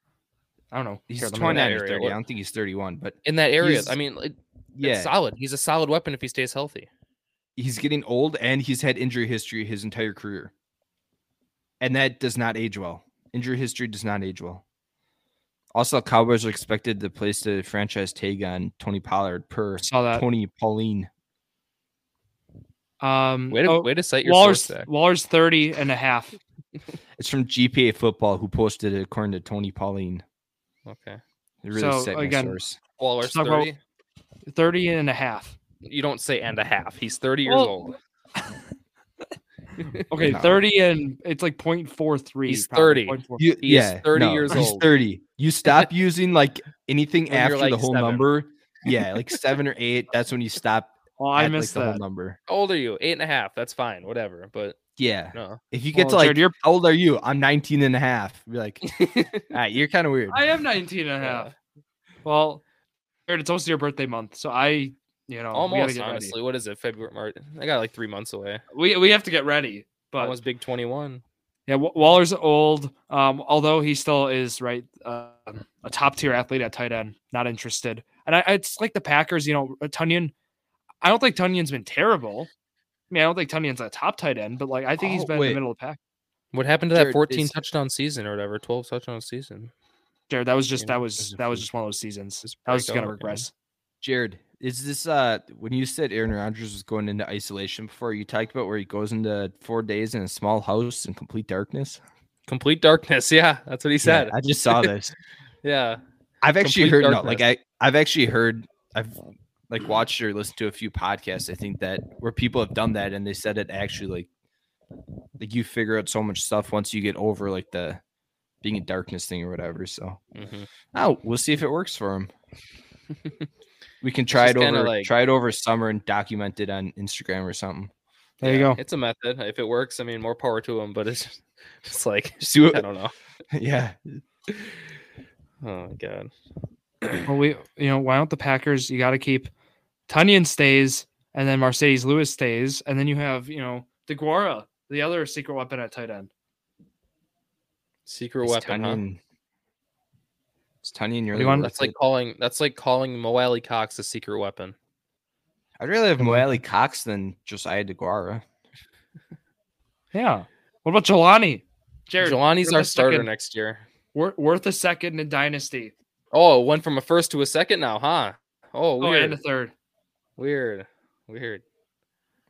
A: I don't know.
C: he's
A: Here, let me look.
C: 29 or
B: area,
C: 30. I
B: what-
C: don't think he's 31, but
B: in that area,
C: He's-
B: I mean, it, it's
C: yeah,
B: solid. He's a solid weapon if he stays healthy.
C: he's getting old and he's had injury history his entire career. And that does not age well. Injury history does not age well. Also, Cowboys are expected to place the franchise tag on Tony Pollard per
A: Saw that.
C: Tony Pauline.
A: Um,
B: Way to,
A: oh,
B: way to cite your
A: Waller's,
B: source, Zach.
A: Waller's 30 and a half.
C: It's from GPA Football, who posted it according to Tony Pauline.
B: Okay.
C: They really
A: So,
C: set my
A: again,
C: source.
B: Waller's
A: Talk about-
B: 30.
A: 30 and a half.
B: You don't say and a half. He's 30 years
A: Well,
B: old.
A: Okay,
C: No.
A: 30 and it's like 0.43.
B: He's
A: probably,
B: 30.
A: 0.44.
C: You-
B: He is 30 years
C: he's
B: old.
C: 30.
B: [LAUGHS]
C: You stop using like anything
B: When you're,
C: after the
B: like,
C: whole
B: seven.
C: number. Yeah,
B: [LAUGHS]
C: like seven or eight. That's when you stop.
A: Oh, I
C: at, like,
A: missed
C: the whole
A: that.
C: number.
B: How old are you? Eight and a half. That's fine. Whatever. But
C: Yeah.
B: no.
C: If you get
A: Well,
C: to like,
A: Oh, Jared, you're-
C: how old are you? I'm 19 and a half.
B: [LAUGHS]
C: You're like, all right, you're kind of weird.
A: I am 19 and a
B: uh,
A: half. Well, Jared, it's also your birthday month. So I, you know, Oh, we gotta
B: Almost,
A: get
B: honestly. What is it? February, March? I got like three months away.
A: ready. We, we have to get ready. But
B: Almost big 21.
A: yeah, Wa- Waller's old. Um, although he still is, right, um a top tier athlete at tight end. Not interested. And I, I- it's like the Packers, you know, uh, Tunyon. I don't think Tunyon's been terrible. I mean, I don't think Tunyon's a top tight end, but like I think he's
C: Oh,
A: been in
C: wait.
A: the middle of the pack.
B: What happened to that
C: Jared,
B: 14
C: is-
B: touchdown season or whatever? 12 touchdown season.
A: Jared, that was just
B: Yeah,
A: that
B: there's
A: was
B: a
A: that was
B: few-
A: just one of those seasons.
B: just
A: That was
B: break
A: just gonna
B: out, yeah.
A: regress.
C: Jared, is this uh when you said Aaron Rodgers was going into isolation before you talked about where he goes into four days in a small house in complete darkness?
B: Complete darkness. [LAUGHS] Yeah. That's what he said.
C: I just saw this.
B: Yeah.
C: I've actually
B: Complete
C: heard no, like I I've actually heard I've like watched or listened to a few podcasts I think that where people have done that and they said it actually like like you figure out so much stuff once you get over like the being in darkness thing or whatever. So
B: Mhm.
C: oh, we'll see if it works for
B: [LAUGHS]
C: him. we can try
B: just
C: it
B: kinda
C: over
B: like-
C: try it over summer and document it on Instagram or something.
A: There you
B: Yeah,
A: go.
B: It's a method. If it works, I mean, more power to him, but it's [LAUGHS] it's like,
C: See
B: I
C: what,
B: don't know.
C: [LAUGHS] yeah.
B: Oh, my God.
A: Well, we you know why don't the Packers? You got to keep Tunyon stays, and then Mercedes Lewis stays, and then you have you know DeGuara, the other secret weapon at tight end.
B: Secret
C: It's
B: weapon, huh?
C: Tunyon. It's Tunyon. You're
A: do you want?
B: That's like calling that's like calling Moali Cox a secret weapon.
C: I'd rather have Moali Cox than Josiah DeGuara.
A: Yeah. What about Jelani? Jared,
B: Jelani's
A: you're
B: our
A: the
B: starter
A: second-
B: next year.
A: wor- worth a second in Dynasty.
B: Oh, it went from a first to a second now, huh? Oh,
A: Oh,
B: weird,
A: and a third.
B: weird, weird.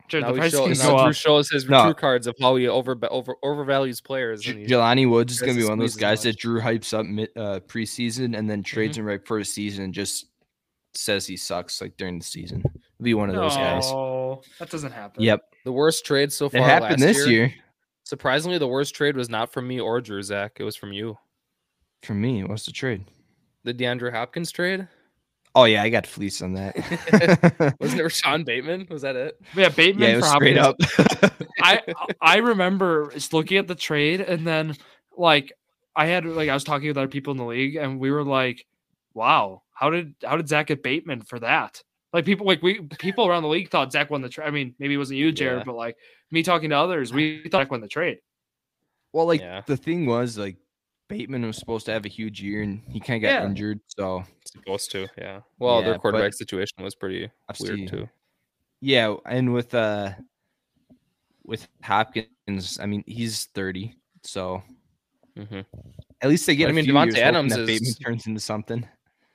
A: Jared,
B: now
A: the
B: he
A: price
B: show,
A: can
B: now
A: go
B: Drew
A: up.
B: shows his
C: No.
B: true cards of how he over, over overvalues players. and
C: J-
B: he-
C: Jelani Woods is
B: Guys
C: going to be
B: that
C: one of those
B: squeezes
C: guys
B: much.
C: that Drew hypes up mid, uh, preseason and then trades him right for a season and just says he sucks like during the season. Be one of those guys.
A: No, that doesn't happen.
C: Yep,
B: the worst trade so
C: it
B: far
C: happened
B: last
C: this year.
B: Surprisingly, the worst trade was not from me or Drew Zach. It was from you.
C: for me. What's the trade?
B: The DeAndre Hopkins trade
C: Oh yeah, I got fleeced on that.
B: wasn't it Rashawn Bateman? Was that it?
A: Yeah, Bateman
C: [LAUGHS] yeah, it
A: for
C: was straight
A: Hopkins.
C: up.
A: I I remember just looking at the trade and then like I had like I was talking with other people in the league and we were like, wow, how did how did Zach get Bateman for that? Like people like we people around the league thought Zach won the trade. I mean, maybe it wasn't you, Jared,
C: Yeah.
A: but like me talking to others, we thought Zach won the trade.
C: well, like
B: Yeah.
C: the thing was, like Bateman was supposed to have a huge year and he kind of got
A: Yeah.
C: injured. So
B: Supposed to, yeah. Well,
C: Yeah,
B: their
C: but-
B: quarterback situation was pretty
C: I've
B: weird
C: seen-
B: too.
C: yeah, and with uh with Hopkins, I mean he's thirty, so
B: hmm
C: at least they get.
B: I
C: I
B: mean,
C: mean, Devonte
B: Devontae Adams
C: Adams that
B: is-
C: Bateman turns into something.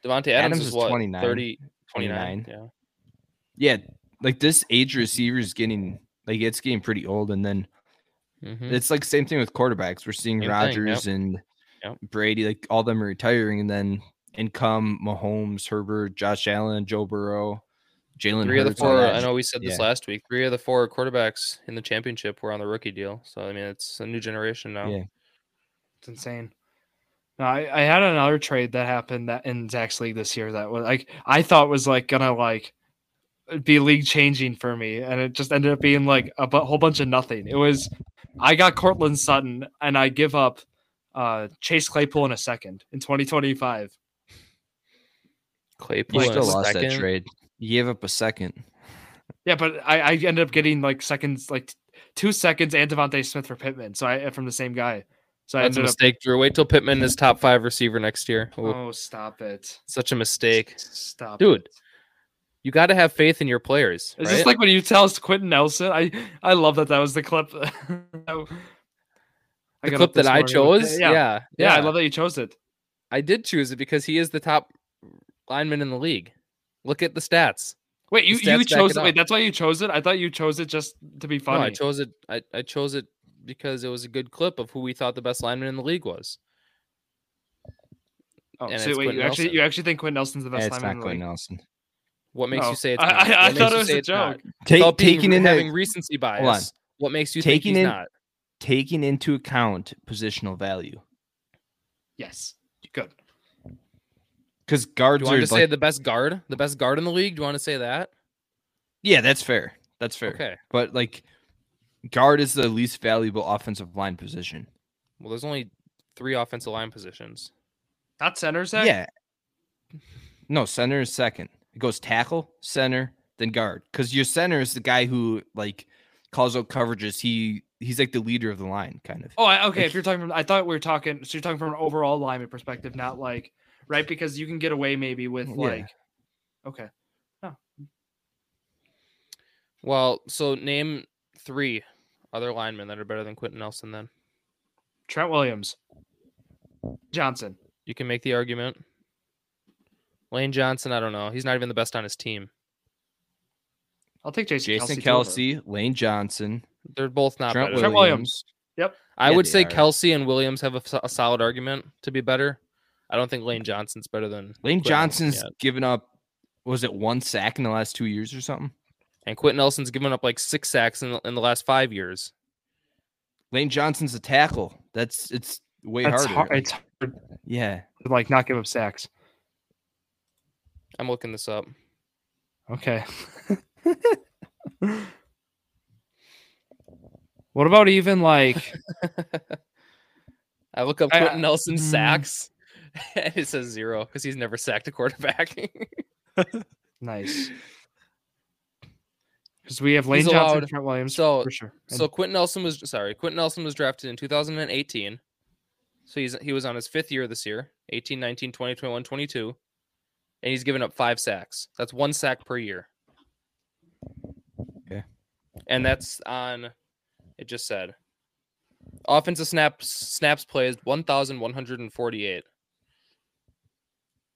B: Devontae Adams,
C: Adams
B: is,
C: is
B: what
C: 29,
B: 30, 29.
C: 29.
B: Yeah.
C: Yeah, like this age receiver is getting like it's getting pretty old, and then
B: Mhm.
C: It's like same thing with quarterbacks. We're seeing
B: Same thing, yep.
C: Rodgers and
B: Yep.
C: Brady, like all them are retiring, and then in come Mahomes, Herbert, Josh Allen, Joe Burrow, Jalen.
B: Three of the
C: Hurts, all
B: four.
C: that.
B: I know we said this
C: Yeah.
B: last week. Three of the four quarterbacks in the championship were on the rookie deal. So I mean, it's a new generation now.
C: Yeah.
A: It's insane. No, I, I had another trade that happened that in Zach's league this year that was like I thought was like gonna like be league changing for me, and it just ended up being like a bu- whole bunch of nothing. It was I got Cortland Sutton and I give up uh Chase Claypool in a second in 2025.
B: Claypool
C: You
B: in
C: still
B: a
C: lost that
B: second.
C: trade. You gave up a second.
A: Yeah, but I, I ended up getting like seconds, like two seconds, and Devontae Smith for Pittman. So I from the same guy. So I
B: That's a
A: ended up.
B: mistake, Drew. Wait till Pittman is top five receiver next year. Ooh,
A: Oh, stop it!
B: Such a mistake.
A: Stop,
B: Dude,
A: it.
B: You got to have faith in your players.
A: Is
B: right?
A: this like when you tell us Quentin Nelson? I I love that that was the clip. [LAUGHS] I got
B: the clip
A: up this
B: that I
A: morning with-
B: chose?
A: Yeah.
B: Yeah.
A: yeah,
B: Yeah.
A: I love that you chose it.
B: I did choose it because he is the top lineman in the league. Look at the stats.
A: Wait, you,
B: stats back
A: you
B: it
A: chose it.
B: up.
A: Wait, that's why you chose it. I thought you chose it just to be
B: No,
A: funny.
B: I chose it. I, I chose it because it was a good clip of who we thought the best lineman in the league was.
A: oh,
B: and
A: so
B: it's
A: wait,
B: Quentin
A: you actually
B: Nelson.
A: you actually think Quentin Nelson's the
C: Yeah,
A: best
C: it's
A: lineman
C: not
A: in the
C: Quentin
A: league?
C: Nelson.
B: What makes
A: Oh,
B: you say it's
A: I,
B: not?
A: I, I
B: What makes
A: thought
B: you
A: it was
B: say
A: a
B: it's not?
A: joke.
C: Take,
B: Without being-
C: taking into
B: having recency bias. What makes you
C: Taking
B: think he's
C: in-
B: not?
C: taking into account positional value
A: Yes, good.
C: because
B: Do
C: guards
B: you want
C: are
B: to
C: like-
B: say the best guard, the best guard in the league? Do you want to say that?
C: yeah, that's fair. That's fair.
B: Okay.
C: But like guard is the least valuable offensive line position.
B: Well, there's only three offensive line positions.
A: Not center, Zach.
C: Yeah. No, center is second. It goes tackle, center, then guard. Because your center is the guy who like calls out coverages. He he's like the leader of the line, kind of.
A: Oh, I, okay.
C: Like-
A: if you're talking from, I thought we were talking. So you're talking from an overall alignment perspective, not like right because you can get away maybe with
C: Yeah.
A: like. Okay.
B: Well, so name three other linemen that are better than Quentin Nelson. Then
A: Trent Williams, Johnson.
B: you can make the argument. Lane Johnson, I don't know. He's not even the best on his team.
A: I'll take Jason.
C: Jason
A: Kelce, too, over-
C: Kelsey, Lane Johnson,
B: They're both not
C: Trent
B: better.
C: Williams.
A: Trent Williams.
B: I
C: Yeah,
B: would
C: they
B: say
C: are.
B: Kelsey and Williams have a, s- a solid argument to be better. I don't think
C: Mm.
B: Lane Johnson's better than
C: Lane
B: Quentin Nelson
C: Johnson's
B: yet.
C: given up was it one sack in the last two years or something?
B: and Quentin Nelson's given up like six sacks in the, in the last five years.
C: Lane Johnson's a tackle. That's it's way
A: That's
C: harder.
A: hard. It's hard
C: yeah.
A: to like not give up sacks.
B: I'm looking this up.
A: Okay. what about even like [LAUGHS]
B: I look up
A: I-
B: Quentin
C: uh,
B: Nelson
A: mm.
B: sacks, [LAUGHS] and it says zero because he's never sacked a quarterback.
A: nice? because we have Lane Johnson,
B: allowed-
A: Trent Williams,
B: [LAUGHS] so-
A: for sure. And
B: So Quentin Nelson was sorry, Quentin Nelson was drafted in 2018. So he's he was on his fifth year this year, 18, 19, 20, 21, 22. And he's given up five sacks. That's one sack per year.
C: Okay.
B: And that's on it just said. Offensive snaps snaps plays 1148.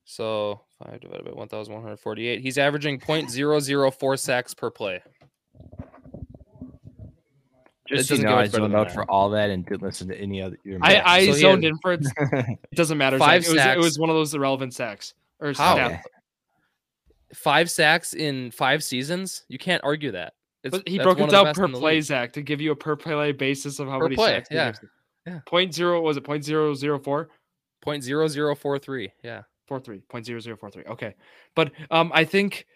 B: So 5 divided by 1148. He's averaging 0.004 sacks per play.
C: Just
B: doesn't
C: so you
B: get
C: know, I
B: much better
C: zoned
B: than
C: out
B: that.
C: for all that and didn't listen to any other. your
A: I, I
B: So he
A: zoned
B: has-
A: in for
B: [LAUGHS]
A: it. It doesn't matter.
B: Five
A: Zach. it, was, it
B: sacks.
A: was one of those irrelevant sacks. Or
B: How?
A: snap.
C: Okay.
B: five sacks in five seasons. You can't argue that. It's,
A: But he
B: that's
A: broke
B: one
A: it
B: of the
A: down
B: best
A: per
B: in the
A: play,
B: league.
A: Zach, to give you a per play basis of how
B: Per
A: many
B: play,
A: sacks. he
B: yeah.
A: gives you.
B: Yeah.
A: Point zero was it point zero zero four
B: Point zero zero four three. Yeah.
A: four three point zero zero four three. Okay, but um, I think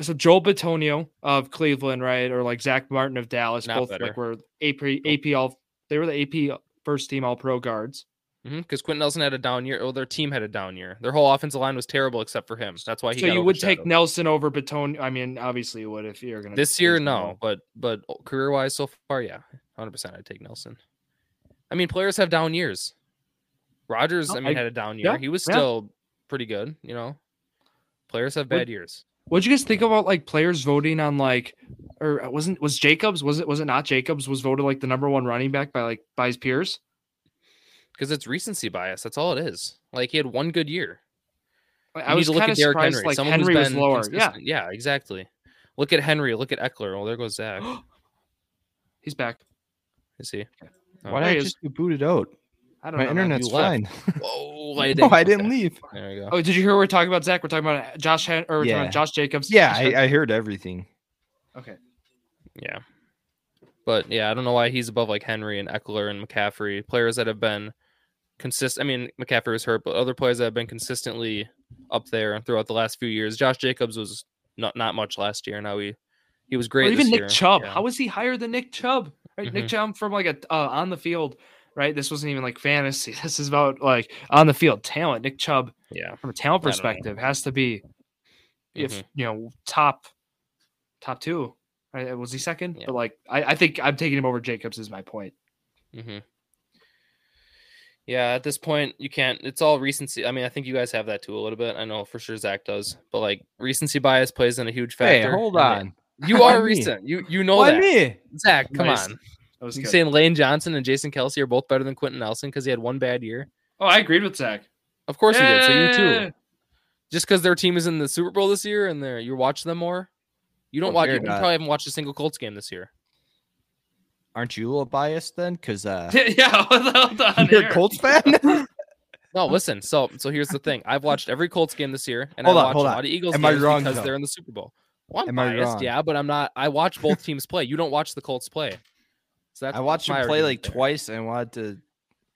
A: so. Joel Batonio of Cleveland, right, or like Zach Martin of Dallas,
B: Not
A: both
B: better.
A: like were AP AP all. They were the AP first team All Pro guards.
B: Because Mm-hmm. Quentin Nelson had a down year. Oh, their team had a down year. Their whole offensive line was terrible except for him. That's why Oh, he.
A: So
B: got
A: you would take
B: overshadowed.
A: Nelson over Batonio. I mean, obviously you would if you're gonna
B: this year,
A: choose one
B: no, but but career wise so far, yeah, hundred percent. I'd take Nelson. I mean, players have down years. Rogers,
A: No,
B: I mean,
A: I-
B: had a down year.
A: yeah,
B: he was
A: yeah.
B: still pretty good. You know, players have
A: Would-
B: bad years.
A: What'd you guys think about like players voting on like, or uh, wasn't was Jacobs was it was it not Jacobs was voted like the number one running back by like by his peers?
B: Because it's recency bias. That's all it is. Like he had one good year.
A: Like,
B: You
A: I
B: need
A: was
B: to look
A: kind
B: at
A: of
B: Derrick
A: surprised
B: Henry.
A: like
B: Someone who's
A: Henry was
B: been
A: lower. Yeah,
B: consistent. yeah, exactly. Look at Henry. Look at Eckler. Oh, there
A: [GASPS]
B: goes Zach.
A: he's back.
B: Is he?
A: There
C: Why did
A: he
C: I
A: is.
C: just get booted out?
A: I don't
C: My
A: know. man.
C: internet's
B: You left.
C: fine.
B: Whoa!
C: [LAUGHS]
B: I
C: No, I didn't leave.
B: There we go.
A: Oh, did you hear we we're talking about Zach? We're talking about Josh Hen- or we're talking about
C: Yeah.
A: Josh Jacobs.
C: Yeah,
A: Josh Hen-
C: I, I heard everything.
A: okay.
B: Yeah. But yeah, I don't know why he's above like Henry and Eckler and McCaffrey, players that have been consist. I mean, McCaffrey was hurt, but other players that have been consistently up there throughout the last few years. Josh Jacobs was not not much last year. Now he he was
A: Or
B: great.
A: even
B: this
A: Nick
B: year.
A: Chubb.
B: Yeah. Mm-hmm.
A: How is he higher than Nick Chubb? Right, Nick Chubb from like a uh, on the field. Right, this wasn't even like fantasy. [LAUGHS] This is about like on the field talent. Nick Chubb
B: yeah.
A: from a talent
B: I don't know.
A: perspective has to be if
B: Mhm.
A: you know top top two right? Uh, was he second
B: Yeah.
A: but like I, I think i'm taking him over jacobs is my point
B: Mm-hmm. Yeah, at this point, you can't. It's all recency. I mean, I think you guys have that too a little bit. I know for sure Zach does, but like recency bias plays in a huge factor.
C: Hey, hold
B: and it-
C: on.
B: You are
C: Why me?
B: recent. You you know
C: Why
B: that.
C: me?
B: Zach, come
A: Nice.
B: on.
A: that was
B: You
A: good.
B: saying Lane Johnson and Jason Kelsey are both better than Quentin Nelson because he had one bad year?
A: oh i agreed with zach
B: Of course he did. So you
A: Yeah.
B: too. Just because their team is in the Super Bowl this year and they're you watch them more, you don't
C: Well,
B: watch. You
C: they're
B: you
C: not.
B: probably haven't watched a single Colts game this year.
C: Aren't you a little biased then? Because uh,
A: yeah [LAUGHS] hold
B: [LAUGHS]
A: on
C: [LAUGHS] you're
A: here.
C: a Colts fan. [LAUGHS]
B: No, listen. So, so here's the thing. I've watched every Colts game this year, and
C: Hold
B: I
C: on,
B: watched
C: hold
B: a
C: on.
B: lot of Eagles
C: Am I
B: games
C: wrong,
B: because
C: though?
B: they're in the Super Bowl. Well, I'm
C: Am I
B: biased,
C: wrong?
B: yeah, but I'm not. I watch both teams play. You don't watch the Colts play. So that's
C: I watched
B: my
C: him play like
B: argument there.
C: twice and I wanted to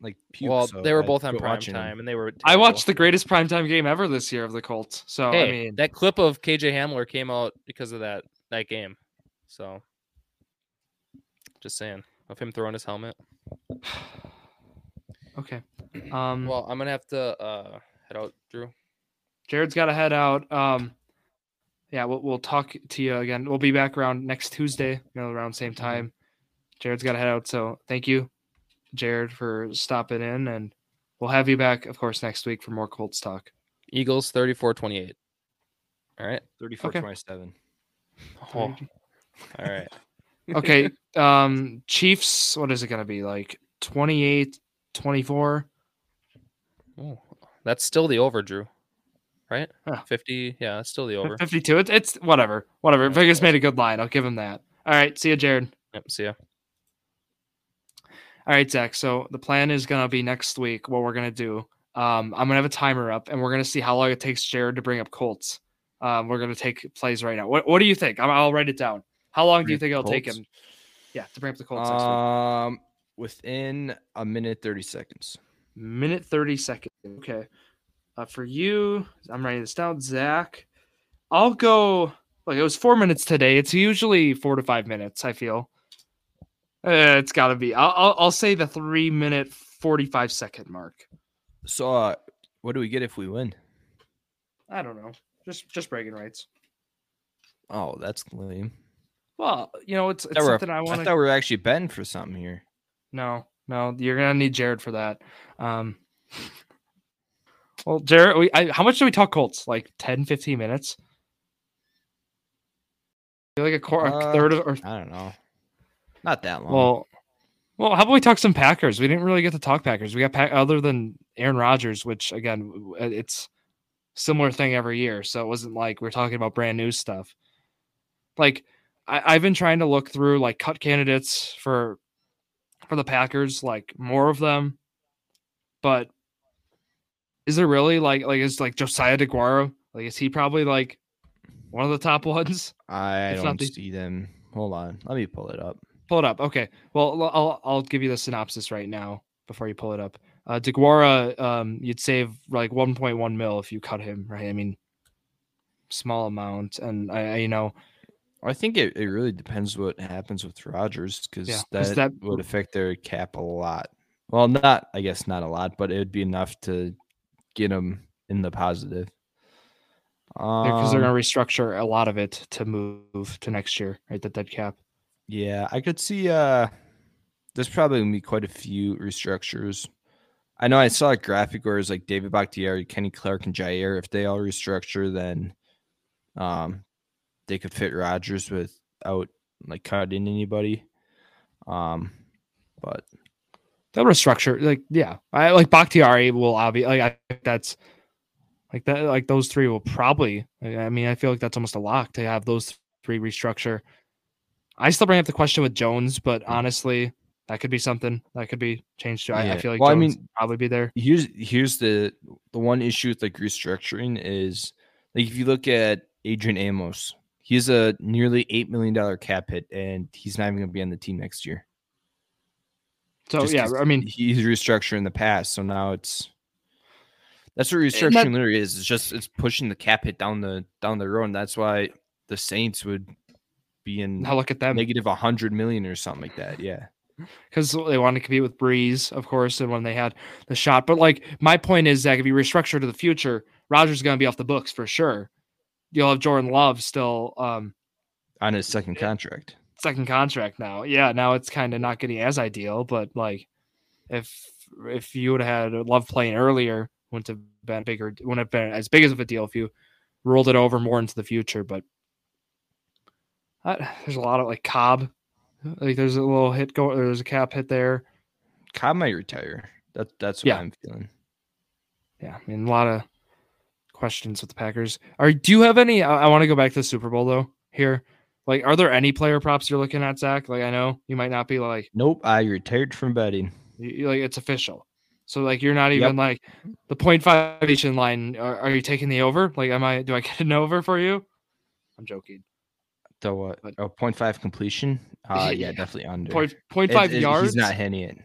C: like puke.
B: Well,
C: so
B: they were
C: I
B: both on
C: quit
B: prime
C: watching him.
B: time, and they were.
A: i
B: terrible.
A: watched the greatest primetime game ever this year of the colts so
B: Hey,
A: i mean [SIGHS]
B: that clip of KJ Hamler came out because of that that game. So, just saying of him throwing his helmet. [CLEARS THROAT]
A: okay um
B: Well, I'm gonna have to uh head out, Drew.
A: jared's got to head out um yeah we'll, we'll talk to you again we'll be back around next tuesday you know around same
B: Mm-hmm.
A: time jared's got to head out so thank you jared for stopping in and we'll have you back of course next week for more colts talk
B: Eagles 34-28. All right.
C: 34
A: Okay.
C: 27.
B: Oh, all right.
A: okay
B: [LAUGHS]
A: um chiefs what is it gonna be like 28 24
B: Oh, that's still the over, Drew. Right?
A: Huh.
B: 50. Yeah, that's still the over.
A: 52 it's, it's whatever whatever vegas made a good line i'll give him that all right see you jared
B: Yep, see ya.
A: All right, Zach. So the plan is gonna be next week. What we're gonna do? Um, I'm gonna have a timer up, and we're gonna see how long it takes Jared to bring up Colts. Um, we're gonna take plays right now. What What do you think? I'm, I'll write it down. How long do
C: Bring
A: you think
C: up
A: it'll
C: the
A: take
C: Colts?
A: him? Yeah, to bring up the Colts next week.
C: Um, within a minute 30 seconds.
A: Minute thirty seconds. Okay. Uh, for you, I'm writing this down. Zach, I'll go. Like it was four minutes today. It's usually four to five minutes. I feel. Uh, it's gotta be. I'll, I'll I'll say the three minute forty five second mark.
C: So, uh, what do we get if we win?
A: I don't know. Just just bragging rights.
C: Oh, that's lame.
A: Well, you know, it's, it's
C: thought we're-
A: something I
C: I
A: want
C: thought we were actually betting for something here.
A: No, no, you're gonna need Jared for that. Um, well, Jared, we, I, how much do we talk Colts? Like 10, 15 minutes? Feel like a, quar a
C: Uh,
A: third of, or
C: I don't know. Not that long.
A: well, well, how about we talk some Packers? We didn't really get to talk Packers. We got pack other than Aaron Rodgers, which again, w- w- it's similar thing every year. So it wasn't like we're talking about brand new stuff. Like I, I've been trying to look through like cut candidates for for the Packers, like more of them. But is there really like like is like Josiah DeGuaro? Like is he probably like one of the top [LAUGHS] ones?
C: I
A: it's not
C: don't
A: the-
C: see them. Hold on. Let me pull it up.
A: pull it up. Okay. Well, l- I'll I'll give you the synopsis right now before you pull it up. Uh, DeGuara, um, you'd save like 1.1 mil if you cut him, right? I mean, small amount, and I, I you know,
C: I think it, it really depends what happens with Rogers because
A: Yeah, 'cause
C: that,
A: that-
C: would affect their cap a lot. Well, not I guess not a lot, but it would be enough to get them in the positive.
A: because they're
C: Um,
A: going to restructure a lot of it to move to next year, right? The dead cap.
C: Yeah, I could see uh there's probably gonna be quite a few restructures. I know I saw a graphic where it's like David Bakhtiari, Kenny Clark, and Jair. If they all restructure, then um they could fit Rogers without like cutting anybody. Um but
A: They'll restructure, like yeah, I like Bakhtiari will obviously like I, that's like that like those three will probably. I I mean, I feel like that's almost a lock to have those three restructure. I still bring up the question with Jones, but
C: Hmm.
A: honestly, that could be something that could be changed. To, I, I
C: Yeah.
A: feel like
C: Well, I
A: Jones
C: mean-
A: would probably be there.
C: here's here's the the one issue with like restructuring is like if you look at Adrian Amos, he's a nearly eight million dollar cap hit and he's not even gonna be on the team next year.
A: So
C: just
A: yeah,
C: 'cause
A: I mean,
C: he's restructuring in the past, so now it's that's what
A: And
C: restructuring
A: that-
C: literally is. It's just it's pushing the cap hit down the down the road, and that's why the Saints would be in
A: now look at them
C: negative a hundred million or something like that. Yeah,
A: because they wanted to compete with Breeze, of course, and when they had the shot. But like my point is that if you restructure to the future, Rogers is going to be off the books for sure. You'll have Jordan Love still. um
C: on his second contract.
A: second contract now. Yeah, now it's kind of not getting as ideal, but like if if you would have had Love playing earlier, wouldn't have been bigger, wouldn't have been as big as of a deal if you rolled it over more into the future. But I, there's a lot of like Cobb, like there's a little hit go, there's a cap hit there.
C: Cobb might retire. That that's what
A: Yeah.
C: I'm feeling.
A: Yeah, I mean a lot of questions with the Packers. Are do you have any? I, I want to go back to the Super Bowl though. Here, like, are there any player props you're looking at, Zach? Like, I know you might not be like.
C: Nope, I retired from betting.
A: You- you- like it's official. So like you're not
C: Yep.
A: even like the point five each in line. Are, are you taking the over? Like am I? Do I get an over for you? I'm joking.
C: The what?
A: But-
C: Oh, 0.5 completion.
A: [LAUGHS]
C: Uh, yeah,
A: Yeah.
C: definitely under
A: Point point
C: It-
A: five
C: it-
A: yards.
C: He's not hitting it.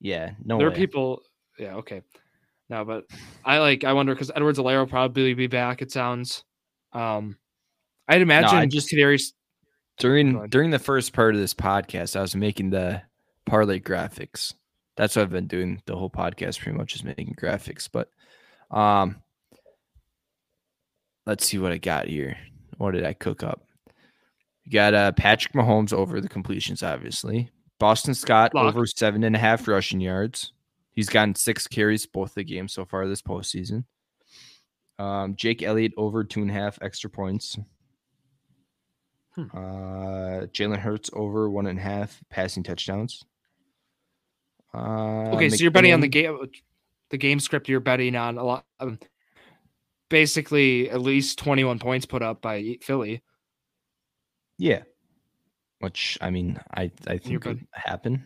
C: Yeah, no
A: there are
C: way.
A: people. Yeah. Okay. No, but I like. I wonder because Edwards Alaire will probably be back. It sounds. Um, I'd imagine
C: just-
A: just Kadarius.
C: during
A: ahead.
C: during the first part of this podcast, I was making the parlay graphics. That's what I've been doing the whole podcast, pretty much is making graphics. But um, let's see what I got here. What did I cook up? You got uh, Patrick Mahomes over the completions, obviously. Boston Scott
A: Lock.
C: over seven and a half rushing yards. He's gotten six carries both the games so far this postseason. Um, Jake Elliott over two and a half extra points.
A: Hmm.
C: Uh, Jalen Hurts over one and a half passing touchdowns. Uh,
A: Okay, so you're betting on the
C: McKinnon-
A: game. The game script you're betting on a lot. Um, basically, at least 21 points put up by Philly.
C: Yeah. Which I mean, I I
A: good.
C: think could happen.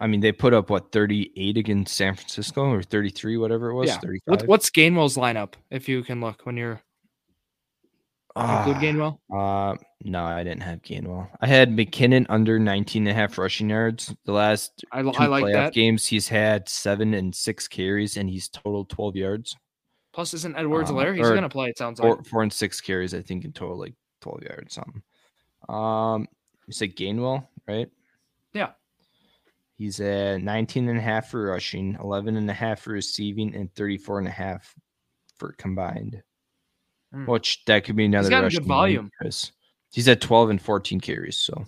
C: I mean, they put up what 38 against San Francisco or 33, whatever it was.
A: Yeah.
C: 35.
A: What, what's Gainwell's lineup? If you can look when you're include
C: Ah,
A: Gainwell.
C: Uh, no, I didn't have Gainwell. I had McKinnon under 19 and a half rushing yards. The last
A: I,
C: two
A: li- I like
C: playoff
A: that.
C: games, he's had seven and six carries, and he's totaled 12 yards.
A: Plus, isn't Edwards
C: Uh,
A: Alaire? He's
C: or-
A: gonna play. It sounds like.
C: four, four and six carries, I think, in total, like 12 yards, something. Um, you said Gainwell, right?
A: Yeah.
C: He's at 19 and a half for rushing, 11 and a half for receiving, and 34 and a half for combined.
A: Mm. Hmm.
C: Which that could be another
A: gotten good
C: rushing lead,
A: volume.
C: Chris. He's at 12 and 14 carries. So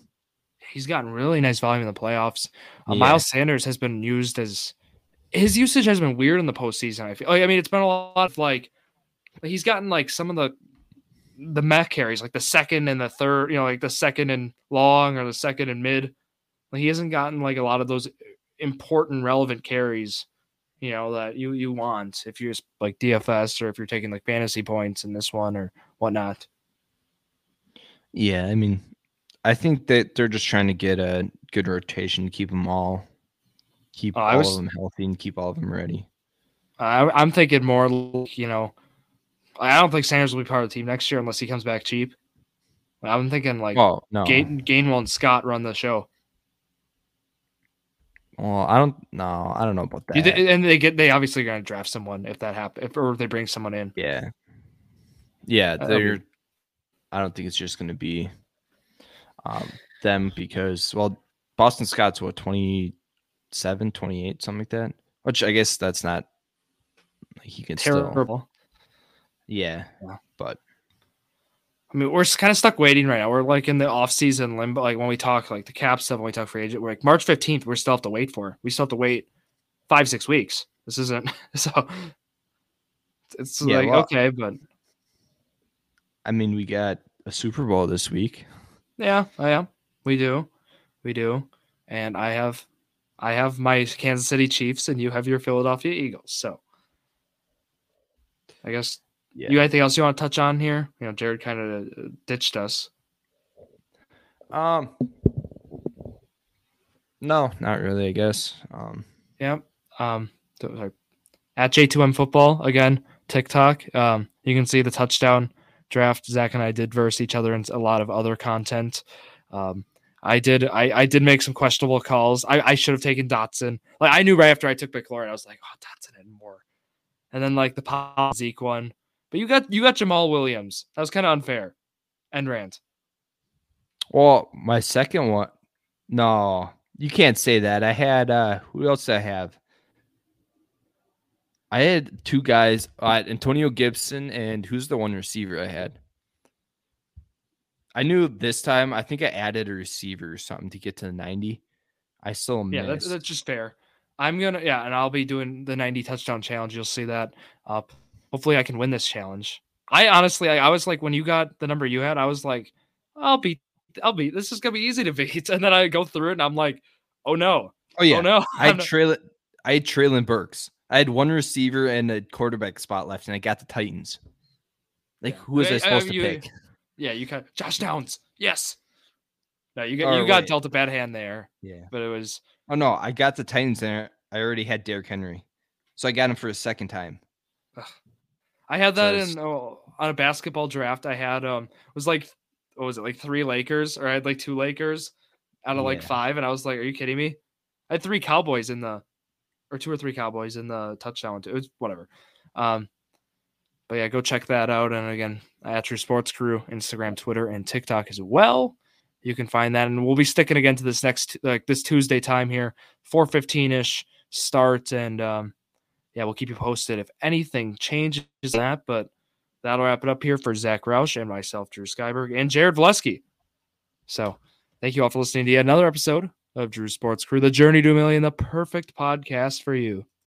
A: He's gotten really nice volume in the playoffs. Uh,
C: Yeah.
A: Miles Sanders has been used as his usage has been weird in the postseason. I feel. Like, I mean, it's been a lot of like he's gotten like some of the the mech carries, like the second and the third, you know, like the second and long or the second and mid. Like he hasn't gotten like a lot of those important, relevant carries, you know, that you you want if you're like DFS or if you're taking like fantasy points in this one or whatnot.
C: Yeah, I mean, I think that they're just trying to get a good rotation to keep them all, keep
A: Oh, I
C: all
A: was-
C: of them healthy and keep all of them ready.
A: I, I'm thinking more, like, you know, I don't think Sanders will be part of the team next year unless he comes back cheap. I'm thinking like
C: Well, no,
A: Gain, Gainwell and Scott run the show,
C: well, I don't. No, I don't know about that.
A: You thi- and they get they obviously going to draft someone if that happens, or if they bring someone in.
C: yeah, yeah,
A: Um,
C: they're. I don't think it's just going to be um, them because well, Boston Scott's what 27, 28, something like that. Which I guess that's not. Like he can still.
A: Terrible.
C: Yeah,
A: I mean, we're kind of stuck waiting right now. We're like in the off season limbo. Like when we talk like the cap stuff, when we talk free agent, we're like March 15th. We still have to wait for. We still have to wait five six weeks. This isn't [LAUGHS] so. It's
C: Yeah,
A: like
C: well-
A: okay, but
C: I mean, we got a Super Bowl this week.
A: Yeah, I am. We do. We do. And I have I have my Kansas City Chiefs and you have your Philadelphia Eagles. So I guess
C: Yeah.
A: you got anything else you want to touch on here? You know, Jared kind of ditched us.
C: Um, no, not really. I guess. Um,
A: Yep. Um so- sorry. at J2M football again, TikTok. Um, you can see the touchdown draft Zach and I did verse each other and a lot of other content. Um, I did I, I did make some questionable calls. I, I should have taken Dotson. Like I knew right after I took McLaurin, I was like, oh Dotson and more. And then like the Paul Zeke one. But you got you got Jamal Williams. That was kind of unfair. And Rand.
C: well, my second one. No, you can't say that. I had. Uh, who else did I have? I had two guys. Uh, Antonio Gibson and who's the one receiver I had. I knew this time. I think I added a receiver or something to get to the ninety. I still
A: Yeah, that's,
C: missed.
A: that's just fair. I'm gonna yeah, and I'll be doing the 90 touchdown challenge. You'll see that up. Hopefully, I can win this challenge. I honestly, I, I was like, when you got the number you had, I was like, I'll be, I'll be. This is gonna be easy to beat. [LAUGHS] And then I go through it, and I'm like, oh no,
C: oh yeah.
A: oh no. [LAUGHS] I'm
C: I had
A: not-
C: Traylon, I had Traylon Burks. I had one receiver and a quarterback spot left, and I got the Titans. Like,
A: Yeah.
C: who was
A: Hey,
C: I
A: uh,
C: supposed to
A: you-
C: pick?
A: yeah, you got Josh Downs. Yes. No, you got
C: Or
A: you got
C: wait.
A: dealt a bad hand there,
C: Yeah.
A: but it was
C: Oh no, I got the Titans there. I already had Derrick Henry, so I got him for a second time.
A: I had that
C: Just-
A: in oh, on a basketball draft. I had um it was like what was it like three Lakers or I had like two Lakers out of like
C: Yeah.
A: five, and I was like, "Are you kidding me?" I had three Cowboys in the or two or three Cowboys in the touchdown. one, too. It was whatever. Um, but yeah, go check that out. And again, at True Sports Crew, Instagram, Twitter, and TikTok as well. You can find that, and we'll be sticking again to this next like this Tuesday time here, four fifteen ish start, and um, yeah, we'll keep you posted if anything changes on that. But that'll wrap it up here for Zach Roush and myself, Drew Skyberg, and Jared Valesky. So thank you all for listening to yet another episode of Drew Sports Crew, the Journey to a Million, the perfect podcast for you.